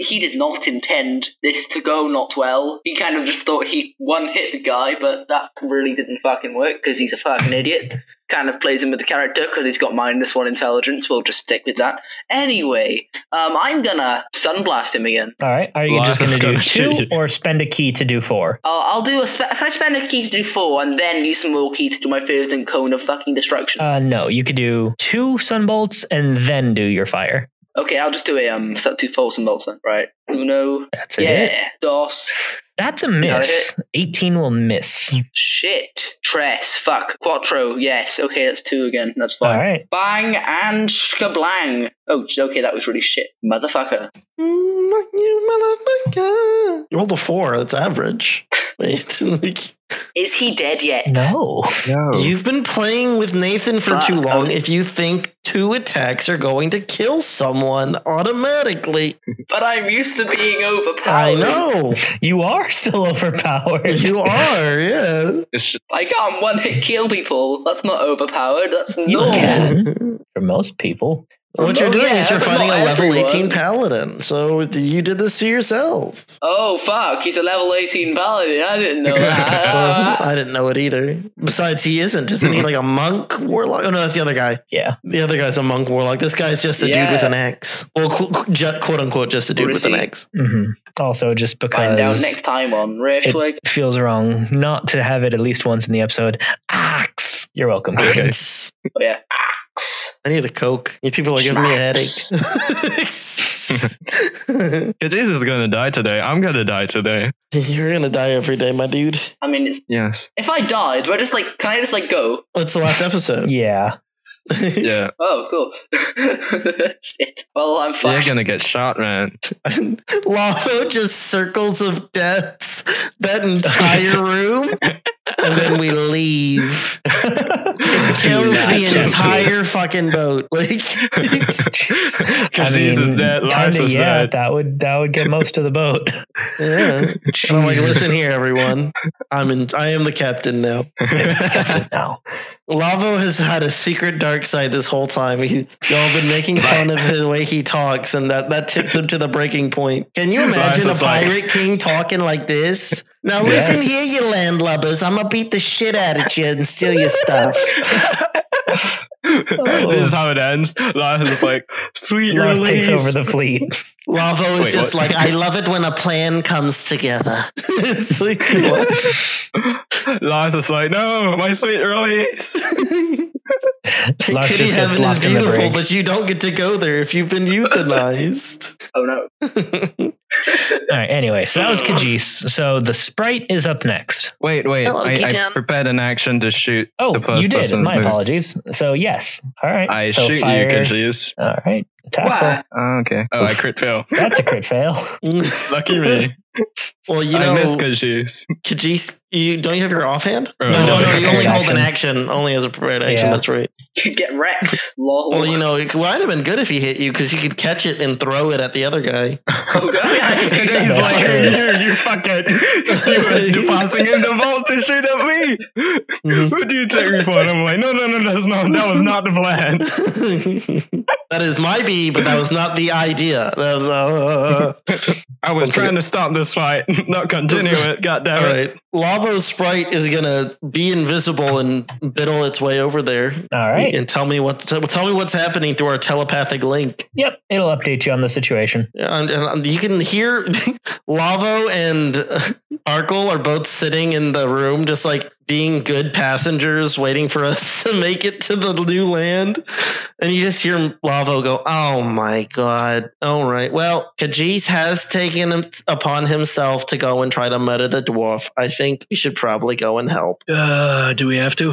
S2: He did not intend this to go not well. He kind of just thought he one hit the guy, but that really didn't fucking work because he's a fucking idiot. Kind of plays in with the character because he's got minus one intelligence. We'll just stick with that. Anyway, um, I'm gonna sunblast him again.
S1: All right, are you
S5: Well,
S1: just
S5: I
S1: going to
S5: was
S1: do
S5: gonna
S1: two
S5: say-
S1: or spend a key to do four?
S2: I'll, I'll do a. Spe- can I spend a key to do four and then use some more key to do my third and cone of fucking destruction?
S1: Uh, no, you could do two sunbolts and then do your fire.
S2: okay, I'll just do a um set two false and bolts then. Right, Uno.
S1: That's a hit.
S2: Yeah, dos.
S1: That's a
S2: that a
S1: miss. 18 will miss.
S2: Shit. Tres. Fuck. Quattro. Yes. Okay, that's two again. That's
S1: All
S2: fine.
S1: right.
S2: Bang and skablang. Oh, j- okay, that was really shit. Motherfucker.
S3: Mm, You motherfucker. You rolled a four. That's average. Wait. like,
S2: Is he dead yet?
S1: No.
S5: No.
S3: You've been playing with Nathan for
S2: Fuck.
S3: too long. If you think two attacks are going to kill someone automatically,
S2: But I'm used to being
S3: I
S2: overpowered.
S3: know
S1: You are still overpowered.
S3: you are. Yeah.
S5: it's
S2: I can't one hit kill people. That's not overpowered. That's normal.
S1: can. For most people.
S3: What you're
S2: Oh,
S3: doing
S2: yeah,
S3: is you're
S2: but
S3: fighting
S2: not
S3: a level
S2: everyone.
S3: 18 paladin. So you did this to yourself.
S2: Oh, fuck. He's a level 18 paladin. I didn't know that.
S3: Um, I didn't know it either. Besides, he isn't. Isn't he like a monk warlock? Oh no, that's the other guy.
S1: Yeah.
S3: The other guy's a monk warlock. This guy's just a dude with
S2: Yeah.
S3: an axe. Well, qu- qu- ju- quote unquote, just a dude
S2: Or
S3: with
S2: is
S3: an
S2: he?
S3: axe.
S1: hmm Also, just because.
S2: Find out next time on Rift.
S1: It-
S2: like,
S1: feels wrong not to have it at least once in the episode. Axe. You're welcome.
S5: Okay.
S2: oh, yeah.
S3: I need a coke. You people are giving me a headache.
S5: Kajis is gonna die today. I'm gonna die today.
S3: You're gonna die every day, my dude.
S2: I mean, it's,
S5: Yes.
S2: if I died, do I just like, can I just like go?
S3: That's the last episode.
S1: Yeah.
S5: Yeah.
S2: Oh, cool. Shit. Well, I'm
S5: You're
S2: fucked.
S5: gonna get shot, man.
S3: Lavo just circles of deaths that entire room, and then we leave. Kills
S4: Not
S3: the
S4: gentle.
S3: entire fucking boat. Like,
S5: Kajis is dead. Life
S1: kinda,
S5: is
S1: yeah,
S5: dead.
S1: that would that would get most of the boat.
S3: yeah. And I'm like, listen here, everyone. I'm in. I am the captain now.
S1: now.
S3: Lavo has had a secret dark side this whole time. He, y'all been making fun of the way he talks, and that, that tipped him to the breaking point. Can you imagine a
S5: Life is like-
S3: pirate king talking like this? Now
S1: Yes.
S3: listen here, you landlubbers. I'm gonna beat the shit out of you and steal your stuff.
S5: This is how it ends. Life is like sweet
S1: Love
S5: release.
S1: takes over the fleet.
S3: Lavo is
S5: Wait,
S3: just
S5: what?
S3: like, I love it when a plan comes together. it's like what?
S5: Life is like no, my sweet release.
S1: Lars just
S3: Kitty
S1: gets
S3: Heaven is
S1: locked in the
S3: beautiful,
S1: brig.
S3: but you don't get to go there if you've been euthanized.
S2: Oh, no.
S1: All right. Anyway, so that was Kajis. So the sprite is up next.
S5: Wait, wait.
S3: Hello,
S5: I, I
S3: Keaton.
S5: prepared an action to shoot.
S1: Oh,
S5: the first
S1: you did.
S5: person
S1: My
S5: who-
S1: apologies. So yes. All right.
S5: I
S1: so
S5: shoot
S1: fire-
S5: you, Kajis.
S1: All right. Tackle.
S2: Why?
S5: Oh, okay. Oh, I crit fail.
S1: That's a crit fail.
S5: Lucky me.
S3: well, you
S5: I
S3: know,
S5: miss Kajis.
S3: Kajis, you don't you have your offhand?
S5: Or
S3: No, no,
S5: like-
S3: no. You only
S1: Prepared
S3: hold an
S1: action.
S3: action, only as a prepared action.
S1: Yeah.
S3: That's right.
S2: You get wrecked. Lol.
S3: Well, you know, it would have been good if he hit you because you could catch it and throw it at the other guy.
S2: Oh, God.
S5: and then he's
S1: Yeah.
S5: like, "Hey, you, you fuck it. You were passing in the vault to shoot at me. Who do you take me for? And I'm like, no, no, no, that's not, that was not the plan.
S3: that is my bee, but that was not the idea. That was, uh,
S5: I was
S3: Once
S5: trying
S3: again-
S5: to stop this fight, not continue it. God damn
S3: all
S5: it.
S3: right. Lavo Sprite is gonna be invisible and biddle its way over there.
S1: All right.
S3: and tell me what tell me what's happening through our telepathic link.
S1: Yep. It'll update you on the situation.
S3: And, and you can hear Lavo and Arkle are both sitting in the room, just like being good passengers, waiting for us to make it to the new land. And you just hear Lavo go, "Oh my god! All right, well, Kajis has taken it upon himself to go and try to murder the dwarf. I think we should probably go and help."
S4: Uh, do we have to?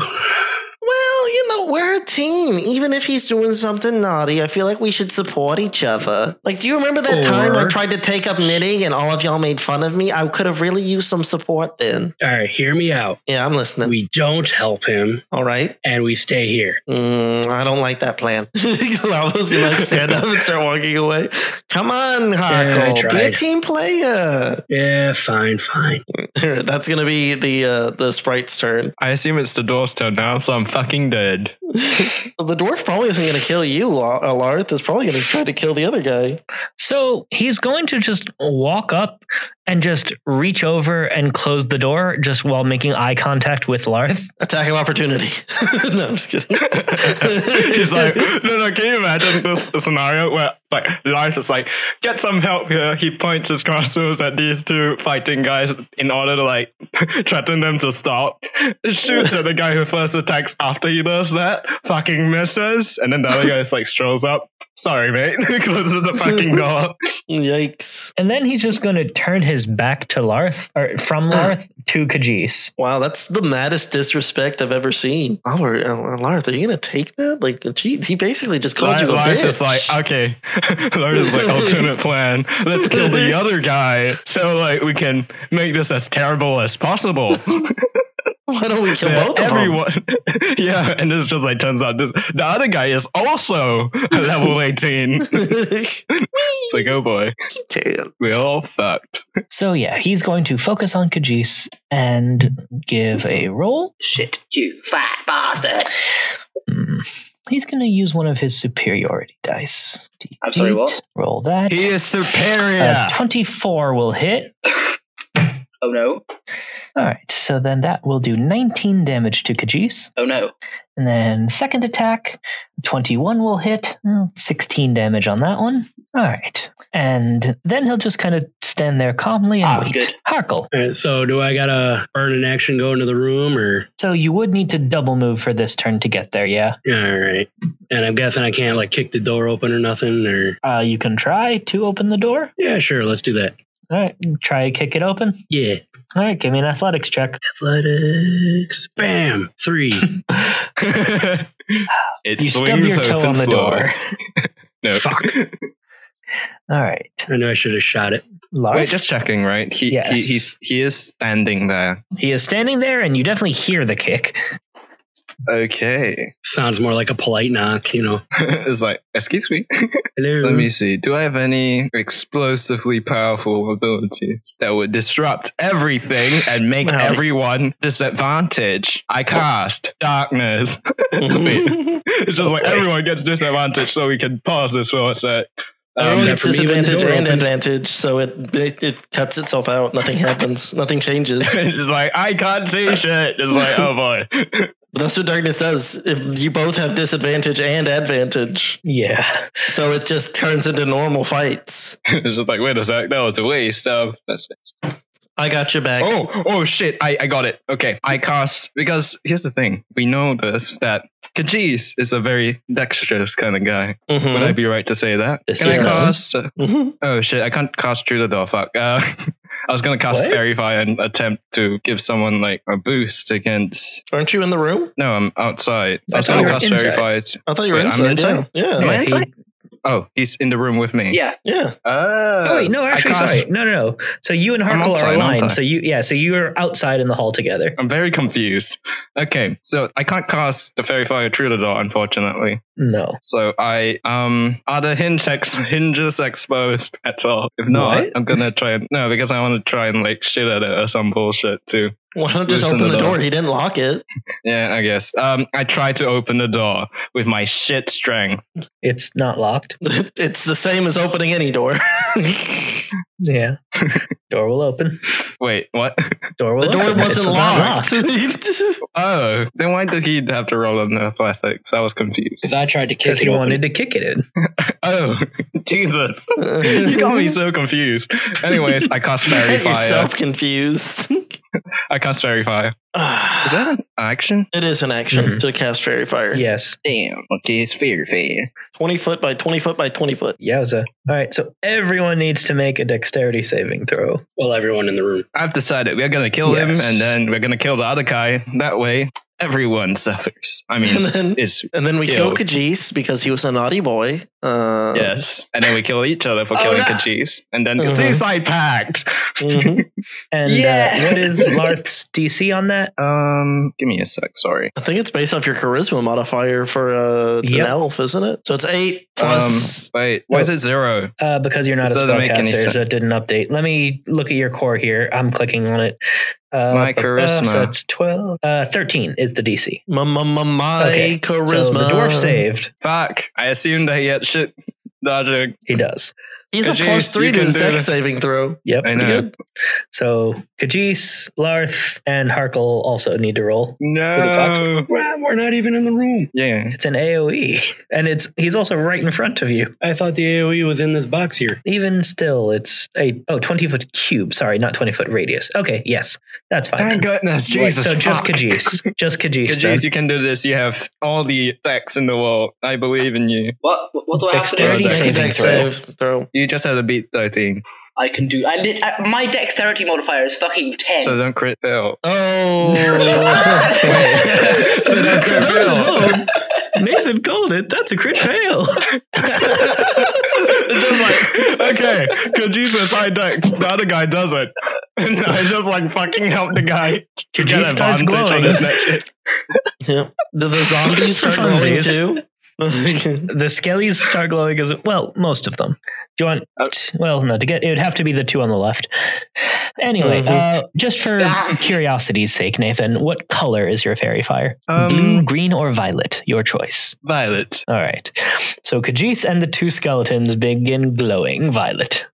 S3: Well, you know, we're a team. Even if he's doing something naughty, I feel like we should support each other. Like, do you remember that time I
S4: Or-
S3: tried to take up knitting and all of y'all made fun of me? I could have really used some support then.
S4: All right, hear me out.
S3: Yeah, I'm listening.
S4: We don't help him,
S3: all right.
S4: and we stay here.
S3: Mm, I don't like that plan. Lavo's gonna like, stand up and start walking away. Come on,
S4: Yeah, I
S3: Harkle. be a
S4: tried.
S3: team player.
S4: Yeah, fine, fine.
S3: That's gonna be the uh, the sprite's turn.
S5: I assume it's the dwarf's turn now, so I'm fucking dead.
S3: The dwarf probably isn't gonna kill you, Lar- uh, Larth. It's probably gonna try to kill the other guy.
S1: So he's going to just walk up and just reach over and close the door just while making eye contact with Larth.
S3: Attack of opportunity. no, I'm just kidding.
S5: He's like, no, no, can you imagine this scenario where like life is like, get some help here. He points his crossbows at these two fighting guys in order to like threaten them to stop. Shoots at the guy who first attacks after he does that, fucking misses, and then the other guy just like strolls up. Sorry, mate. Closes the fucking door.
S3: yikes!
S1: And then he's just going to turn his back to Larth, or from Larth to Kajis.
S3: Wow, that's the maddest disrespect I've ever seen. Oh, are- oh, Larth, are you gonna take that? Like, geez, he basically just called you a
S5: Lars
S3: bitch.
S5: is like, uh, okay. Lars is like, alternate plan. Let's kill the other guy so like we can make this as terrible as possible.
S3: Why don't we kill
S5: Yeah,
S3: both of them?
S5: everyone. yeah, and this just like turns out this the other guy is also a level 18. It's like, oh boy,
S3: Damn.
S5: we're all fucked.
S1: So yeah, he's going to focus on Kajis and give a roll.
S2: Shit, you fat bastard.
S1: Hmm. He's going to use one of his superiority dice. D8.
S2: I'm sorry, what?
S1: Roll that.
S5: He is superior.
S1: A 24 will hit.
S2: Oh no.
S1: All right, so then that will do 19 damage to Kajis.
S2: Oh no.
S1: And then second attack, 21 will hit, Mm, 16 damage on that one. All right. And then he'll just kind of stand there calmly and
S2: Ah,
S1: wait.
S2: good.
S1: Harkle.
S4: All right, so do I gotta burn an action, go into the room, or
S1: So you would need to double move for this turn to get there, yeah?
S4: all right? And I'm guessing I can't like kick the door open or nothing, or
S1: Uh, you can try to open the door.
S4: yeah, sure, let's do that.
S1: All right, try to kick it open.
S4: Yeah,
S1: All right, give me an athletics check.
S4: athletics, bam, three.
S5: it
S1: Uh, You stub
S5: swings
S1: your toe
S5: open
S1: on the
S5: slow.
S1: door.
S5: No.
S4: Fuck.
S1: All right.
S4: I knew I should have shot it.
S1: Larf,
S5: Wait, just checking, right? He,
S1: Yes.
S5: he he's he is standing there.
S1: he is standing there, and you definitely hear the kick.
S5: Okay.
S4: Sounds more like a polite knock, you know.
S5: it's like, excuse me.
S4: Hello.
S5: Let me see. Do I have any explosively powerful abilities that would disrupt everything and make
S3: Well-
S5: everyone disadvantaged? I cast darkness. Wait. it's just like everyone gets disadvantaged, so we can pause this for a sec. Um,
S3: Everyone
S4: except
S3: gets
S4: for me when the
S3: disadvantage
S4: door
S3: and
S4: opens.
S3: advantage, so it, it it cuts itself out. Nothing happens. Nothing changes.
S5: it's just like I can't see shit. It's like oh boy.
S3: But that's what darkness does. If you both have disadvantage and advantage,
S1: Yeah.
S3: so it just turns into normal fights.
S5: it's just like wait a sec, that was a waste. Um, that's it.
S3: I got your back.
S5: Oh, oh shit! I, I got it. Okay, I cast because here's the thing: we know this that Kajis is a very dexterous kind of guy.
S3: Mhm.
S5: Would I be right to say that?
S1: Hmm. This
S5: Can I
S3: is-
S5: cast?
S3: Mhm.
S5: Oh shit! I can't cast through the door. Fuck. Uh, I was gonna cast
S1: What?
S5: Fairy Fire and attempt to give someone like a boost against.
S3: Aren't you in the room?
S5: No, I'm outside. I,
S1: I
S5: was
S1: thought
S5: gonna
S1: you were
S5: cast
S1: inside.
S5: Fairy Fire.
S3: I thought you were
S5: Wait, I'm
S3: inside.
S5: inside?
S3: Yeah. yeah.
S1: Yeah, he-
S5: Oh, he's in the room with
S1: Mm.
S5: me.
S2: Yeah.
S3: Yeah.
S5: Oh,
S1: Oh wait, no,
S5: I
S1: actually,
S5: cast-
S1: sorry, no, no, no. So you and
S5: I'm
S1: Harkle
S5: outside,
S1: are
S5: I'm
S1: aligned.
S5: outside.
S1: So you, yeah, so you are outside in the hall together.
S5: I'm very confused. Okay, so I can't cast the Fairy Fire Troubadour, unfortunately.
S1: No,
S5: So I um are the hinge ex- hinges exposed at all? If not,
S1: What?
S5: I'm gonna try and no because I want to try and like shit at it or some bullshit too.
S3: Why don't just
S5: Listen
S3: open
S5: to
S3: the
S5: that.
S3: door? He didn't lock it.
S5: Yeah, I guess. Um, I try to open the door with my shit strength.
S1: it's not locked.
S3: It's the same as opening any door.
S1: Yeah, door will open.
S5: Wait, what?
S1: Door will.
S3: the door
S1: open.
S3: wasn't
S1: It's not
S3: locked.
S5: Oh, then why did he have to roll on athletics? I was confused.
S4: Because I tried to kick
S1: Because
S4: it
S1: he
S4: open.
S1: wanted to kick it in.
S5: Oh, Jesus. You got me so confused. Anyways, I cast
S3: You
S5: Fairy
S3: get
S5: Fire.
S3: yourself confused.
S5: I cast Fairy Fire. Is that Mm-hmm. an action?
S3: it is an action
S1: Mhm.
S3: to cast fairy fire.
S1: Yes.
S5: Damn. Okay, it's Fairy Fire.
S3: Twenty foot by twenty foot by twenty foot.
S1: Yowza. All right. So everyone needs to make a dexterity saving throw.
S4: well, everyone in the room.
S5: I've decided we're gonna kill him,
S1: Yes.
S5: and then we're gonna kill the other guy. That way, everyone suffers. I mean,
S3: and then
S5: it's
S3: and then we
S5: Ew.
S3: kill Kajis because he was a naughty boy. Uh,
S5: yes, and then we kill each other for
S2: Oh,
S5: killing
S2: no.
S5: Kajis, and then
S3: Mhm.
S5: suicide pact.
S3: mhm.
S1: And
S2: Yeah.
S1: uh, what is Larth's DC on that?
S5: Um, give me a sec. Sorry.
S3: I think it's based off your charisma modifier for uh,
S1: Yep.
S3: an elf, isn't it? So it's eight plus.
S5: um, wait, why is it zero?
S1: Uh, because you're not
S5: This
S1: a
S5: doesn't make any
S1: spellcaster,
S5: sense.
S1: so it didn't update. Let me look at your core here. I'm clicking on it. Uh,
S5: My
S1: bu- bu-
S5: charisma.
S1: So it's 12. Uh, 13 is the DC.
S3: My, my, my, my
S1: Okay,
S3: charisma.
S1: So the dwarf saved.
S5: Fuck! I assumed that he had shit. Dodger.
S1: He does.
S3: He's a
S5: Kajis,
S3: plus three
S5: you
S3: to
S5: can
S3: his
S5: do
S3: dex
S5: this.
S3: saving throw.
S1: Yep.
S5: I know.
S3: Good.
S1: So Kajis, Larth, and Harkle also need to roll.
S5: No.
S4: Well, we're not even in the room.
S5: Yeah.
S1: It's an AoE. And it's he's also right in front of you.
S4: I thought the AoE was in this box here.
S1: Even still, it's a oh 20 foot cube. Sorry, not 20 foot radius. Okay, yes. That's fine.
S5: Thank goodness, Jesus.
S1: so just
S5: fuck.
S1: Kajis. Just Kajis.
S5: Kajis,
S1: then.
S5: you can do this. You have all the facts in the world. I believe in you.
S2: What? What do I have to
S1: Dexterity
S2: do?
S5: Dex-
S1: saving
S3: Dex
S1: throw.
S3: save throw.
S5: You just had to beat 13.
S2: I can do. I lit. I, my dexterity modifier is fucking ten.
S5: So don't crit fail.
S3: Oh.
S5: Wait. so don't crit fail.
S1: Oh, Nathan called it. That's a crit fail.
S5: it's just like, okay, Kajis is high dex. The other guy doesn't. And I just like fucking help the guy to get
S1: Kajis starts
S5: advantage on
S1: glowing.
S5: his next shit.
S3: yeah. Do the zombies
S1: Just for
S3: start glowing
S1: funsies.
S3: too?
S1: The skellies start glowing as well. Most of them. Do you want? well, no. To get it would have to be the two on the left. Anyway, uh, just for
S2: Damn.
S1: curiosity's sake, Nathan, what color is your fairy fire?
S5: Um,
S1: Blue, green, or violet? Your choice.
S5: Violet.
S1: All right. So Kajis and the two skeletons begin glowing violet.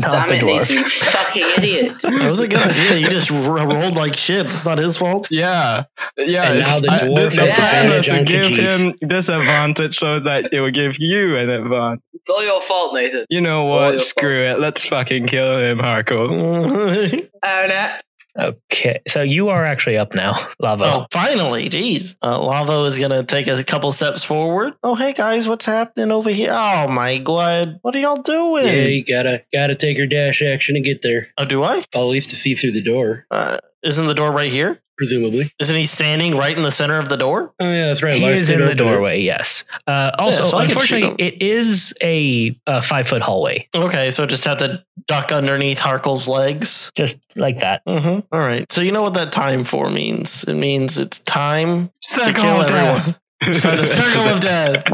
S2: God
S1: not
S2: damn
S1: the
S2: it,
S1: dwarf.
S2: Nathan, you fucking idiot!
S3: that was a good idea. You just ro- rolled like shit. It's not his fault.
S5: Yeah, yeah.
S4: And now the
S5: I-
S4: dwarf
S5: the
S2: has
S5: plan
S4: advantage
S5: was to
S4: on
S5: give
S4: Kajis.
S5: him disadvantage so that it would give you an advantage.
S2: It's all your fault, Nathan.
S5: You know
S2: All your
S5: what? Screw it. Let's fucking kill him, Harkle.
S3: oh,
S2: Own it.
S1: Okay. So you are actually up now, Lava.
S3: finally. Jeez. Uh, Lavo is going to take a couple steps forward. Oh, hey, guys. What's happening over here? Oh, my God. What are y'all doing?
S4: Yeah, you gotta gotta take your dash action to get there.
S3: Oh, do I?
S4: Well, at least to see through the door,
S3: Uh, isn't the door right here?
S4: presumably.
S3: Isn't he standing right in the center of the door?
S4: Oh yeah, that's right.
S1: He
S4: Lars
S1: is in
S4: did
S1: the
S4: open it.
S1: doorway. Yes. Uh, also,
S3: Yeah, so I can
S1: unfortunately,
S3: shoot
S1: it is a, a five foot hallway,
S3: Okay, so just have to duck underneath Harkle's legs.
S1: just like that.
S3: Mhm. All right. So you know what that time for means? It means it's time to
S5: Circle
S3: kill
S5: of death.
S3: everyone. For the circle of death.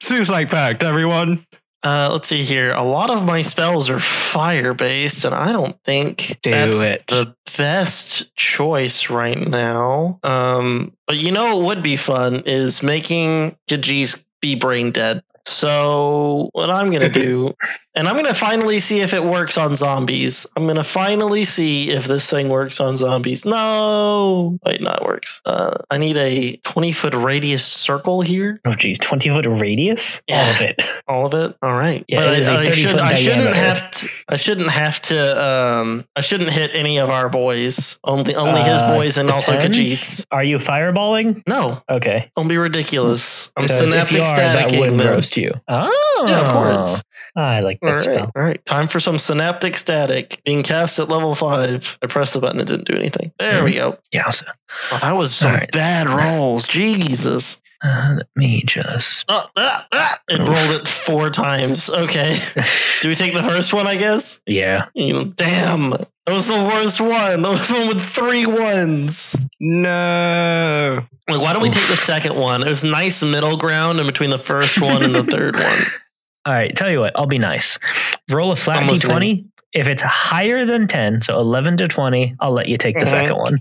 S5: Suicide pact, everyone.
S3: Uh, let's see here. A lot of my spells are fire based, and I don't think
S5: Do
S3: that's
S5: it.
S3: the best choice right now. Um, but you know what would be fun is making Gigi's be brain dead. So what I'm gonna do, and I'm gonna finally see if it works on zombies. I'm gonna finally see if this thing works on zombies. No, wait, not works. Uh, I need a 20 foot radius circle here.
S1: Oh, geez. 20 foot radius? All of it.
S3: All of it. All right.
S1: Yeah,
S3: but
S1: it is a
S3: I, I
S1: 30
S3: should.
S1: foot
S3: I shouldn't
S1: diameter.
S3: have. To, I shouldn't have to. Um. I shouldn't hit any of our boys. Only. Only his
S1: Uh,
S3: boys and also
S1: depends.
S3: Kajis.
S1: Are you fireballing?
S3: No.
S1: Okay.
S3: Don't be ridiculous. I'm
S1: Because if
S3: synaptic
S1: you are, that
S3: staticking
S1: would
S3: them.
S1: roast you. Oh.
S3: Yeah, of course.
S1: I like that
S3: All right,
S1: spell.
S3: all right. Time for some synaptic static being cast at level five. I pressed the button;
S1: Mm-hmm.
S3: it didn't do anything. There we go.
S1: Yeah. So.
S3: Oh, that was some
S1: All right.
S3: bad rolls. Jesus.
S1: Uh, let me just.
S3: Uh, ah, ah. It rolled it four times. Okay. Do we take the first one, I guess?
S1: Yeah.
S3: You know, damn. That was the worst one. That was the one with three ones.
S5: No.
S3: Like, why don't we take the second one? There's nice middle ground in between the first one and the third one.
S1: All right. Tell you what, I'll be nice. Roll a flat
S3: Almost
S1: d20. If it's higher than 10, so 11 to 20, I'll let you take the
S3: Mhm.
S1: second one.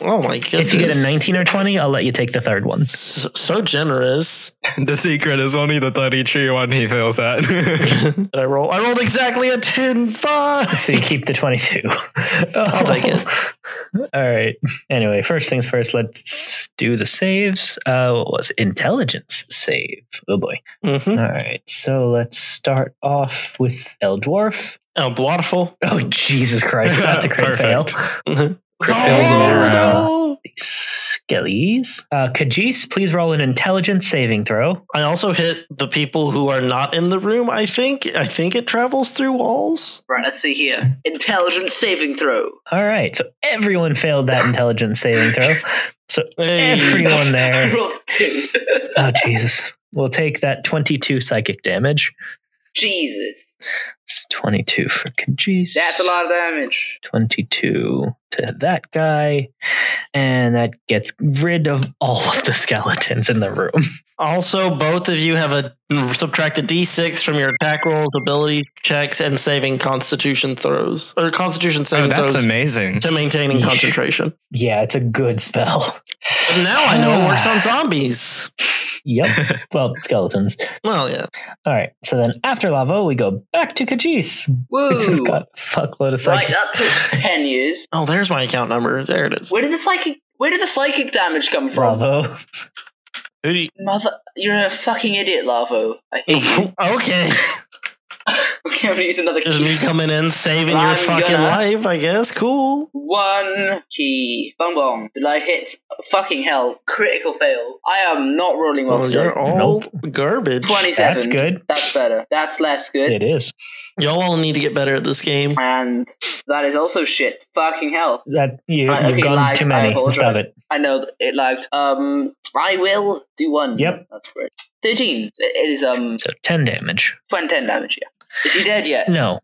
S3: Oh my goodness.
S1: If you get a 19 or 20, I'll let you take the third one.
S3: So, so generous.
S5: The secret is only the 33 one he fails at. Oh,
S3: Did I roll? I rolled exactly a 10.
S1: So you
S3: Five.
S1: keep the 22. I'll
S3: take it.
S1: All right. Anyway, first things first, let's do the saves. Uh, what was it? Intelligence save. Oh boy.
S3: Mm-hmm.
S1: All right. So let's start off with El Dwarf.
S3: El Dwarfo.
S1: Oh, Jesus Christ. That's a great fail.
S5: Perfect.
S3: Zaldo!
S5: around.
S1: Skellies. Uh, Kajis, please roll an intelligence saving throw.
S3: I also hit the people who are not in the room, I think. I think it travels through walls.
S2: Right, let's see here. Intelligence saving throw.
S1: All right. So everyone failed that intelligence saving throw. So
S3: Hey.
S1: everyone
S2: I
S1: there.
S2: rolled two.
S1: Oh, Jesus. We'll take that 22 psychic damage.
S2: Jesus.
S1: It's 22 for Kajis.
S2: That's a lot of damage.
S1: 22 to that guy. And that gets rid of all of the skeletons in the room.
S3: Also, both of you have a subtract a d6 from your attack rolls, ability checks, and saving constitution throws. Or constitution
S5: Oh,
S3: saving
S5: that's
S3: throws
S5: amazing.
S3: to maintaining
S1: Yeesh.
S3: concentration.
S1: Yeah, it's a good spell.
S3: But now I know it works on zombies.
S1: Yep. well, skeletons.
S3: Well, yeah.
S1: All right. So then after Lavo, we go back to Kajis,
S2: Whoa.
S1: which has got a fuckload of
S2: right,
S1: psychic.
S2: that took ten years.
S3: Oh, there's my account number. There it is.
S2: Where did the psychic where did the psychic damage come from?
S1: Bravo.
S3: Who do you-
S2: Mother you're a fucking idiot, Lavo. I hate you.
S3: okay.
S2: Okay, I'm gonna use another
S3: Just
S2: key.
S3: me coming in, saving
S2: I'm
S3: your fucking
S2: gonna-
S3: life, I guess. Cool.
S2: One key. Bong bong. Did I hit fucking hell? Critical fail. I am not rolling well
S3: Well,
S2: today.
S3: Oh, you're all garbage.
S2: Twenty-seven.
S1: That's good.
S2: That's better. That's less good.
S1: It is.
S3: Y'all all need to get better at this game.
S2: And that is also shit. Fucking hell.
S1: That you,
S2: Right,
S1: you've
S2: okay,
S1: gone
S2: live.
S1: too
S2: I
S1: many.
S2: apologize.
S1: Stop it.
S2: I know that it lagged. Um, I will do one.
S1: Yep.
S2: That's great. Thirteen. So it is um
S1: So ten damage.
S2: 20, ten damage. Yeah. Is he dead yet?
S1: No.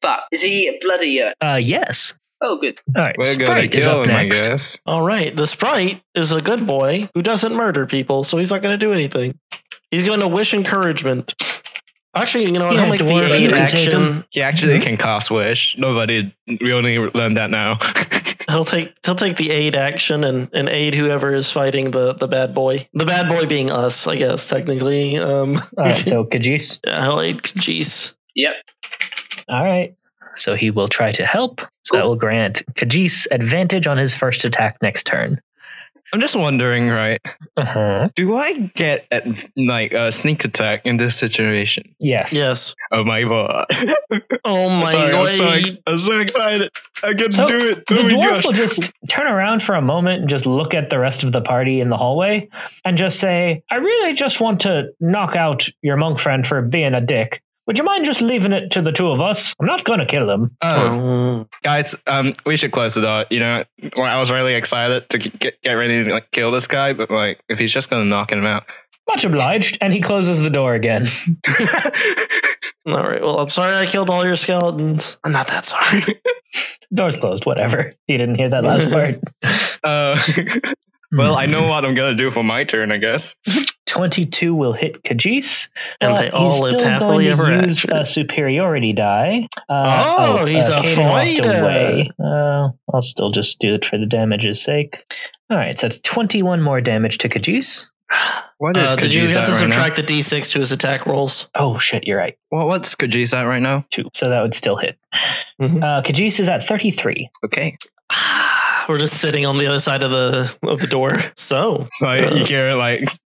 S2: Fuck. Is he bloody yet?
S1: Uh, yes.
S2: Oh, good.
S1: All right.
S5: We're gonna
S1: Sprite is
S5: kill
S1: up
S5: him, I
S1: next.
S5: guess.
S3: All right, the sprite is a good boy who doesn't murder people, so he's not going to do anything. He's going to wish encouragement. Actually, you know, what,
S1: Yeah,
S3: I'll make
S1: dwarf,
S3: the
S1: you
S3: aid
S1: can take
S3: action.
S5: He actually can cast wish. Nobody, we only learned that now.
S3: He'll take he'll take the aid action and, and aid whoever is fighting the, the bad boy. The bad boy being us, I guess technically. Um,
S1: All right. So Kajis.
S3: yeah, he'll aid Kajis.
S2: Yep.
S1: All right. So he will try to help. So that
S2: Cool.
S1: will grant Kajis advantage on his first attack next turn.
S5: I'm just wondering, right?
S1: Uh-huh.
S5: Do I get at, like a sneak attack in this situation?
S1: Yes.
S3: Yes.
S5: Oh my god!
S3: Oh my
S5: Sorry, I'm,
S3: god.
S5: so ex- I'm so excited! I can
S1: So,
S5: do it!
S1: The
S5: Oh my
S1: dwarf
S5: gosh!
S1: will just turn around for a moment and just look at the rest of the party in the hallway and just say, I really just want to knock out your monk friend for being a dick. Would you mind just leaving it to the two of us? I'm not going to kill him.
S5: Oh,
S3: Oh.
S5: guys, um, we should close the door. You know, well, I was really excited to g- get get ready to like kill this guy, but like, if he's just gonna knock him out,
S1: Much obliged. And he closes the door again.
S3: All right. Well, I'm sorry I killed all your skeletons. I'm not that sorry.
S1: Door's closed, whatever. You didn't hear that last part.
S5: uh, well, I know what I'm gonna do for my turn, I guess.
S1: 22 will hit Kajis.
S3: And
S1: but
S3: they all
S1: he's
S3: lived
S1: still
S3: happily
S1: going to
S3: ever
S1: use
S3: after.
S1: a superiority die. Uh,
S3: Oh, he's a
S1: Caden walked
S3: fighter.
S1: away. Uh, I'll still just do it for the damage's sake. All right, so it's 21 more damage to Kajis.
S5: What
S3: Uh, did you
S5: Khajiit's
S3: have to
S5: at right now?
S3: subtract the d6 to his attack rolls?
S1: Oh, shit, you're right.
S5: What what's Kajis at right now?
S1: Two. So that would still hit.
S3: Mhm.
S1: Uh, Kajis is at 33.
S5: Okay.
S3: We're just sitting on the other side of the of the door. So
S5: So you hear like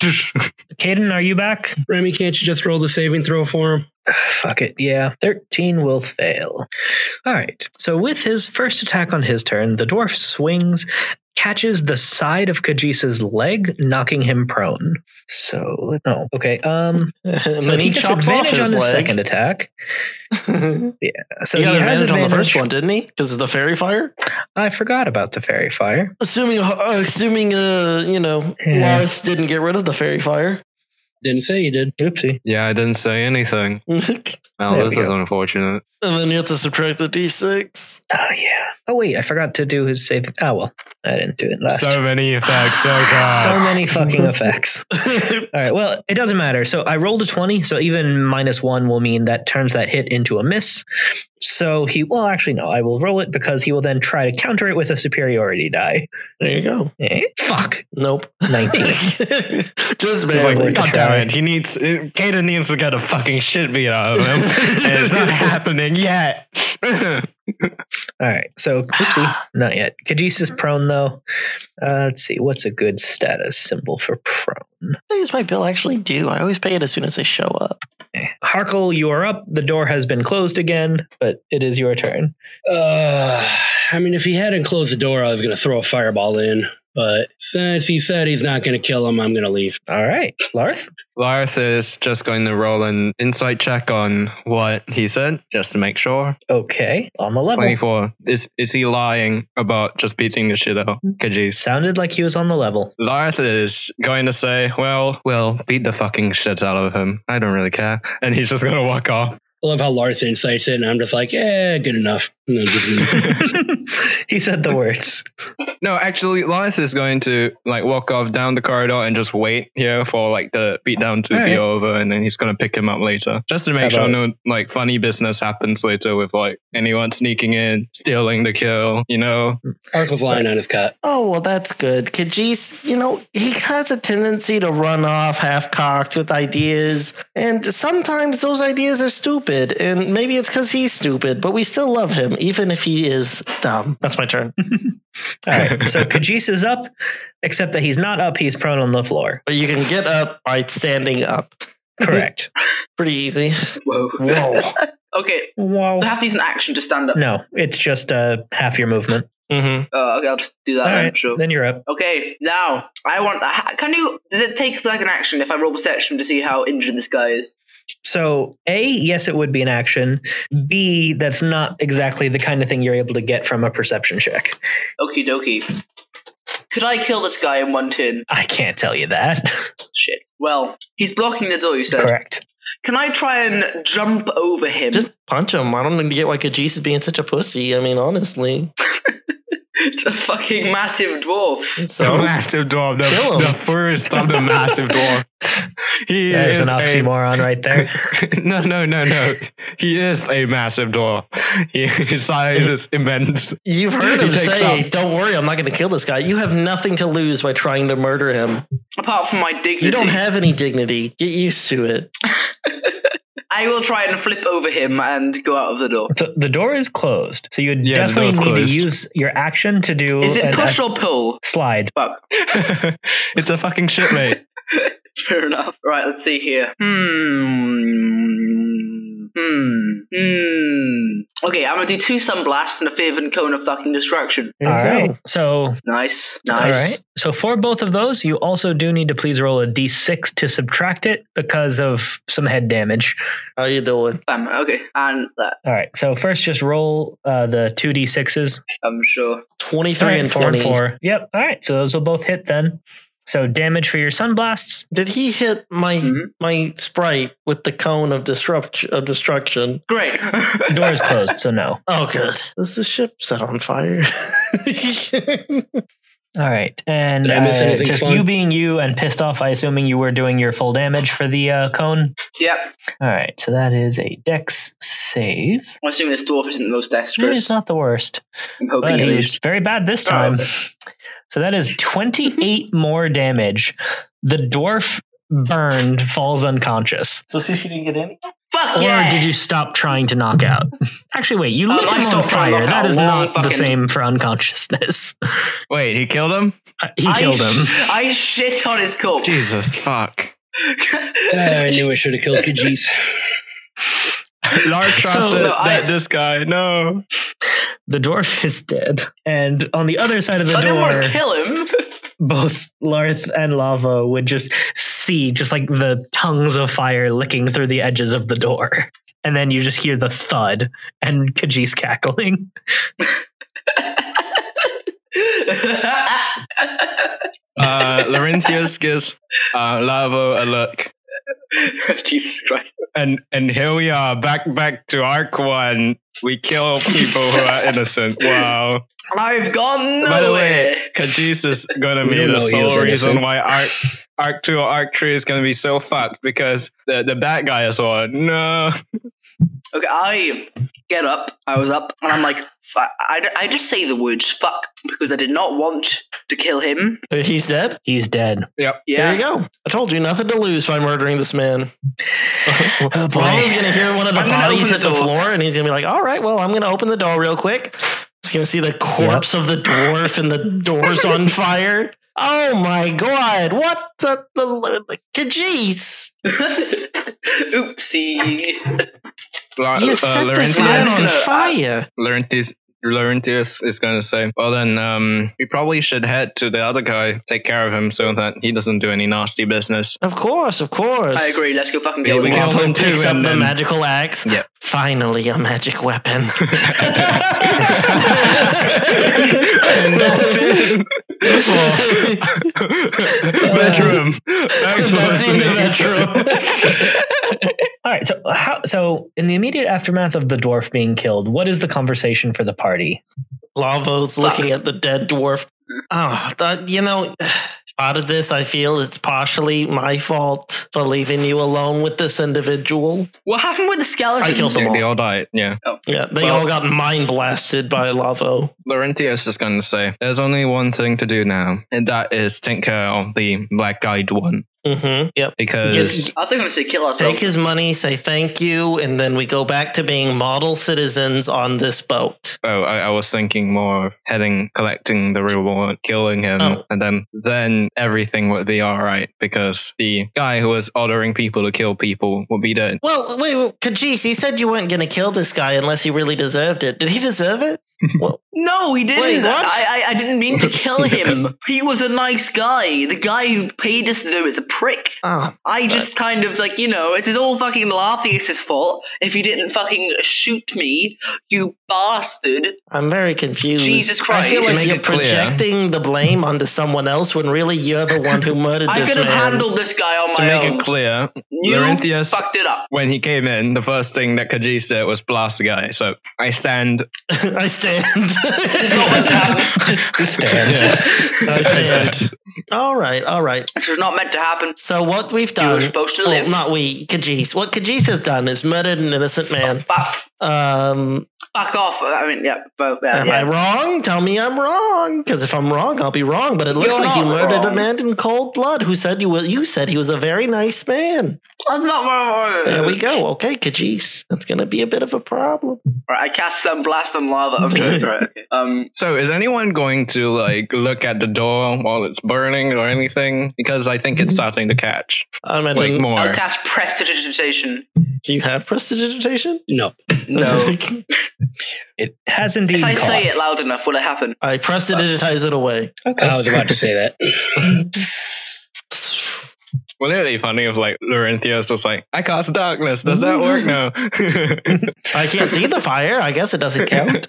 S1: Caden, are you back?
S4: Remy, can't you just roll the saving throw for him?
S1: Fuck it. Yeah. 13 will fail. All right. So, with his first attack on his turn, the dwarf swings, catches the side of Kajisa's leg, knocking him prone. So, oh, okay. Um,
S3: and
S1: so
S3: then he
S1: gets
S3: chops off
S1: advantage on
S3: his
S1: his
S3: leg.
S1: second attack. So
S3: he got
S1: has
S3: advantage on the first
S1: advantage.
S3: one, didn't he? Because of the fairy fire.
S1: I forgot about the fairy fire.
S3: Assuming, uh, assuming, uh, you know,
S1: Yeah.
S3: Lars didn't get rid of the fairy fire.
S4: Didn't say you did.
S1: Oopsie.
S5: Yeah, I didn't say anything.
S3: and
S5: Well,
S1: There
S5: this
S1: we
S5: is
S1: go.
S5: unfortunate.
S3: then you have to subtract the d6.
S1: Oh yeah. Oh wait, I forgot to do his saving. Oh well, I didn't do it last.
S5: So many effects. Oh
S1: so
S3: uh,
S5: god.
S1: many fucking effects. All right. Well, it doesn't matter. So I rolled a 20. So even minus one will mean that turns that hit into a miss. So he, well, actually, no, I will roll it because he will then try to counter it with a superiority die.
S3: there you go.
S1: Eh? Fuck.
S3: Nope.
S1: 19.
S3: Just
S1: Yeah,
S5: He's like,
S1: we
S3: barely.
S5: God
S1: try.
S5: damn it! He needs. uh, Kaden needs to get a fucking shit beat out of him, and it's not happening yet.
S1: All right. So, oopsie, not yet. Kajis is prone, though. Uh, let's see. What's a good status symbol for prone?
S3: What does my bill actually do? I always pay it as soon as I show up.
S1: Eh. Harkle, you are up. The door has been closed again, but it is your turn.
S4: Uh, I mean, if he hadn't closed the door, I was going to throw a fireball in. But since he said he's not going to kill him, I'm going to leave.
S1: All right. Larth?
S5: Larth is just going to roll an insight check on what he said, just to make sure.
S1: Okay. On the level.
S5: Twenty-four. Is is he lying about just beating the shit out? Kajis.
S1: Sounded like he was on the level.
S5: Larth is going to say, "Well, well, beat the fucking shit out of him. I don't really care," and he's just going to walk off.
S4: I love how Larth incites it, and I'm just like, yeah, good enough. And then just leave.
S1: he said the words.
S5: No, actually, Larth is going to like walk off down the corridor and just wait here for like the beatdown to
S1: All
S5: be
S1: right.
S5: over, and then he's going to pick him up later, just to make
S1: How
S5: sure
S1: about-
S5: no like funny business happens later with like anyone sneaking in, stealing the kill. You know,
S4: Arkle's lying on his cot.
S3: Oh, well, that's good. Kajis, you know, he has a tendency to run off half cocked with ideas. And sometimes those ideas are stupid. And maybe it's because he's stupid, but we still love him, even if he is dumb. That's my turn.
S1: All right. So Kajis is up, except that he's not up. He's prone on the floor.
S3: But you can get up by standing up.
S2: Mhm.
S1: Correct.
S3: Pretty easy.
S2: Whoa.
S3: Whoa.
S2: okay.
S1: wow.
S2: Do I have to use an action to stand up?
S1: No, it's just uh, half your movement.
S3: mm-hmm.
S2: Uh, okay, I'll just do that
S1: All
S2: then.
S1: right.
S2: Sure.
S1: Then you're up.
S2: Okay, now I want. uh, ha- Can you? Does it take like an action if I roll perception to see how injured this guy is?
S1: So, A, yes, it would be an action. B, that's not exactly the kind of thing you're able to get from a perception check.
S2: Okie dokie. Could I kill this guy in one turn?
S1: I can't tell you that.
S2: Shit. Well, he's blocking the door. You said.
S1: Correct.
S2: Can I try and jump over him?
S3: Just punch him. I don't get why Kajis is being such a pussy. I mean, honestly.
S2: it's a fucking massive dwarf.
S5: the
S3: So,
S5: massive dwarf,
S3: Kill him.
S5: the, the first of the massive dwarf. He
S1: That is an
S5: a-
S1: oxymoron right there.
S5: no, no, no, no. He is a massive dwarf. He, his size is immense.
S3: You've heard him
S5: He takes
S3: say,
S5: up-
S3: "Don't worry, I'm not going to kill this guy." You have nothing to lose by trying to murder him.
S2: Apart from my dignity,
S3: You don't have any dignity. Get used to it.
S2: I will try and flip over him and go out of the door.
S1: So the door is closed. So you would
S5: Yeah, the
S1: definitely
S5: door's
S1: need
S5: closed.
S1: to use your action to do
S2: Is it
S1: an
S2: push
S1: ac-
S2: or pull?
S1: slide.
S2: Fuck.
S5: it's a fucking shit, mate.
S2: Fair enough. Right, let's see here. Hmm. Hmm. Hmm. Okay, I'm gonna do two sunblasts and a fervent cone of fucking destruction.
S1: All right. So
S2: Nice. Nice.
S1: All right. So for both of those, you also do need to please roll a d6 to subtract it because of some head damage.
S3: How you doing?
S2: Bam. Okay. And that,
S1: All right. So first, just roll uh, the two d6s.
S2: I'm sure.
S3: Twenty three
S1: All right,
S3: and
S1: four
S3: twenty.
S1: four. Yep. All right. So those will both hit then. So damage for your sunblasts.
S3: Did he hit my
S2: Mhm.
S3: my sprite with the cone of destruction? Of destruction.
S2: Great.
S1: The door is closed, so no.
S3: Oh, good. Is the ship set on fire?
S1: All right. And
S4: Did I miss
S1: uh,
S4: anything
S1: just
S4: fun?
S1: you being you and pissed off, I assuming you were doing your full damage for the uh, cone.
S2: yep.
S1: All right. So that is a dex save.
S2: I'm assuming this dwarf isn't the most
S1: Maybe it's
S2: dexterous.
S1: not the worst.
S2: I'm hoping
S1: But
S2: it
S1: he
S2: is.
S1: was very bad this
S2: Oh,
S1: time.
S2: okay.
S1: So that is 28 more damage. The dwarf burned falls unconscious.
S3: so Cece didn't get any.
S2: Fuck
S1: Or
S2: yes!
S1: did you stop trying to knock out? Actually, wait, you
S2: Um,
S1: lit
S2: I
S1: him on
S2: stopped trying to
S1: fire.
S2: knock out
S1: That is
S2: long
S1: not the
S2: fucking-
S1: same for unconsciousness.
S5: Wait, he killed him?
S1: Uh, he
S2: I
S1: killed
S2: sh-
S1: him.
S2: I shit on his corpse.
S5: Jesus, fuck.
S4: Ah, I knew I should have killed Kajis.
S5: Lark trusted
S1: So-
S2: No, I-
S5: that this guy. No.
S1: The dwarf is dead. And on the other side of the
S2: I didn't want to
S1: door,
S2: kill him.
S1: both Larth and Lava would just see just like the tongues of fire licking through the edges of the door. And then you just hear the thud and Kajis cackling.
S5: Uh, Laurentius gives uh, Lavo a look.
S2: Jesus Christ.
S5: And and here we are, back back to Arc 1. We kill people who are innocent. Wow.
S2: I've gone nowhere.
S5: By the way, Kajis is gonna
S4: We
S5: be
S4: don't
S5: the
S4: know he was
S5: sole reason
S4: innocent.
S5: why Arc Arc Two or Arc Three is gonna be so fucked because the the bad guy is one. No,
S2: Okay, I get up. I was up, and I'm like, fu- I, I just say the words fuck because I did not want to kill him.
S3: He's dead.
S1: He's dead.
S3: There you
S2: Yeah.
S3: go. I told you nothing to lose by murdering this man.
S1: Oh, boy.
S3: Paul is going to hear one of the
S2: I'm gonna
S3: bodies
S2: open
S3: hit
S2: the
S3: the
S2: door.
S3: floor, and he's going to be like, "All right, well, I'm going to open the door real quick." He's going to see the corpse of the dwarf, and the door's on fire. Oh my god! What the the, the, the jeez?
S2: Oopsie.
S5: La- uh,
S3: You set this
S2: Laurentius-
S3: man
S2: No, no,
S3: on
S2: no.
S3: fire.
S5: Laurentius Laurentius is gonna say, "Well then, um, we probably should head to the other guy, take care of him, so that he doesn't do any nasty business."
S3: Of course, of course.
S2: I agree. Let's go fucking
S5: Yeah,
S2: kill
S5: we
S2: him.
S5: can-
S3: Lavo
S5: him too,
S3: picks up
S5: and
S3: the
S5: then-
S3: magical axe.
S5: Yep.
S3: Finally, a magic weapon.
S5: bedroom.
S3: That's in the bedroom.
S1: All right. So, how, so in the immediate aftermath of the dwarf being killed, what is the conversation for the party?
S3: Lavo's looking at the dead dwarf. Oh, that, you know, out of this, I feel it's partially my fault for leaving you alone with this individual.
S2: What happened with the skeleton?
S3: I killed them
S5: They
S3: all.
S5: all died. Yeah.
S3: Yeah, they
S5: Well-
S3: all got mind blasted by Lavo.
S5: Laurentius is going to say, there's only one thing to do now, and that is take care of the black eyed one.
S3: Mm-hmm. Yep.
S5: Because,
S3: Yes.
S2: I think I'm gonna say kill
S3: Take
S2: ourselves.
S3: his money, say thank you, and then we go back to being model citizens on this boat.
S5: oh, I, I was thinking more of heading, collecting the reward, killing him,
S3: Oh.
S5: and then, then everything would be alright, because the guy who was ordering people to kill people would be dead.
S3: Well, wait, wait Kajis, you said you weren't going to kill this guy unless he really deserved it. Did he deserve it?
S2: No, he didn't.
S3: Wait, what?
S2: I, I I didn't mean to kill him. he was a nice guy. The guy who paid us to do it is a prick.
S3: Oh,
S2: I just kind of like, you know, it's all fucking Lartheus' fault. If you didn't fucking shoot me, you bastard.
S3: I'm very confused.
S2: Jesus
S3: I feel
S2: Christ.
S3: like
S5: Make
S3: you're
S5: it clear.
S3: projecting the blame onto someone else when really you're the one who murdered
S2: I
S3: this
S2: could have
S3: man.
S2: handled this guy on
S5: To
S2: my
S5: make
S2: own.
S5: it clear,
S2: you
S5: Laurentius-
S2: fucked it up.
S5: when he came in, the first thing that Kajis did was blast the guy. So I stand.
S3: I stand.
S2: It's not meant to happen.
S1: Stand.
S3: I
S5: stand.
S3: stand. all right, all right.
S2: This was not meant to happen.
S3: So what we've
S2: You
S3: done,
S2: were supposed to
S3: well,
S2: live.
S3: not we, Kajis. What Kajis has done is murdered an innocent man.
S2: Fuck,
S3: Um,
S2: fuck off. I mean, yeah, but, yeah,
S3: am
S2: yeah.
S3: I wrong? Tell me I'm wrong. Because if I'm wrong, I'll be wrong. But it looks
S2: You're
S3: like you
S2: not
S3: murdered a
S2: wrong.
S3: man in cold blood who said you were, you said he was a very nice man.
S2: I'm not wrong.
S3: There we go. Okay, Kajis. That's gonna be a bit of a problem.
S2: Right, I cast some blast on lava. Okay, right, okay. Um,
S5: So is anyone going to like look at the door while it's burning or anything? Because I think it's starting to catch.
S3: I'm at
S5: Like more.
S2: I'll cast prestidigitation.
S3: Do you have prestidigitation?
S4: No.
S2: No.
S1: It has indeed.
S2: if I
S1: caught.
S2: say it loud enough, will it happen?
S3: I prestidigitize it away.
S4: I was about to say that.
S5: Well, it'd be funny if like Laurentius was like, "I cast darkness." Does that work now?
S3: I can't see the fire. I guess it doesn't count.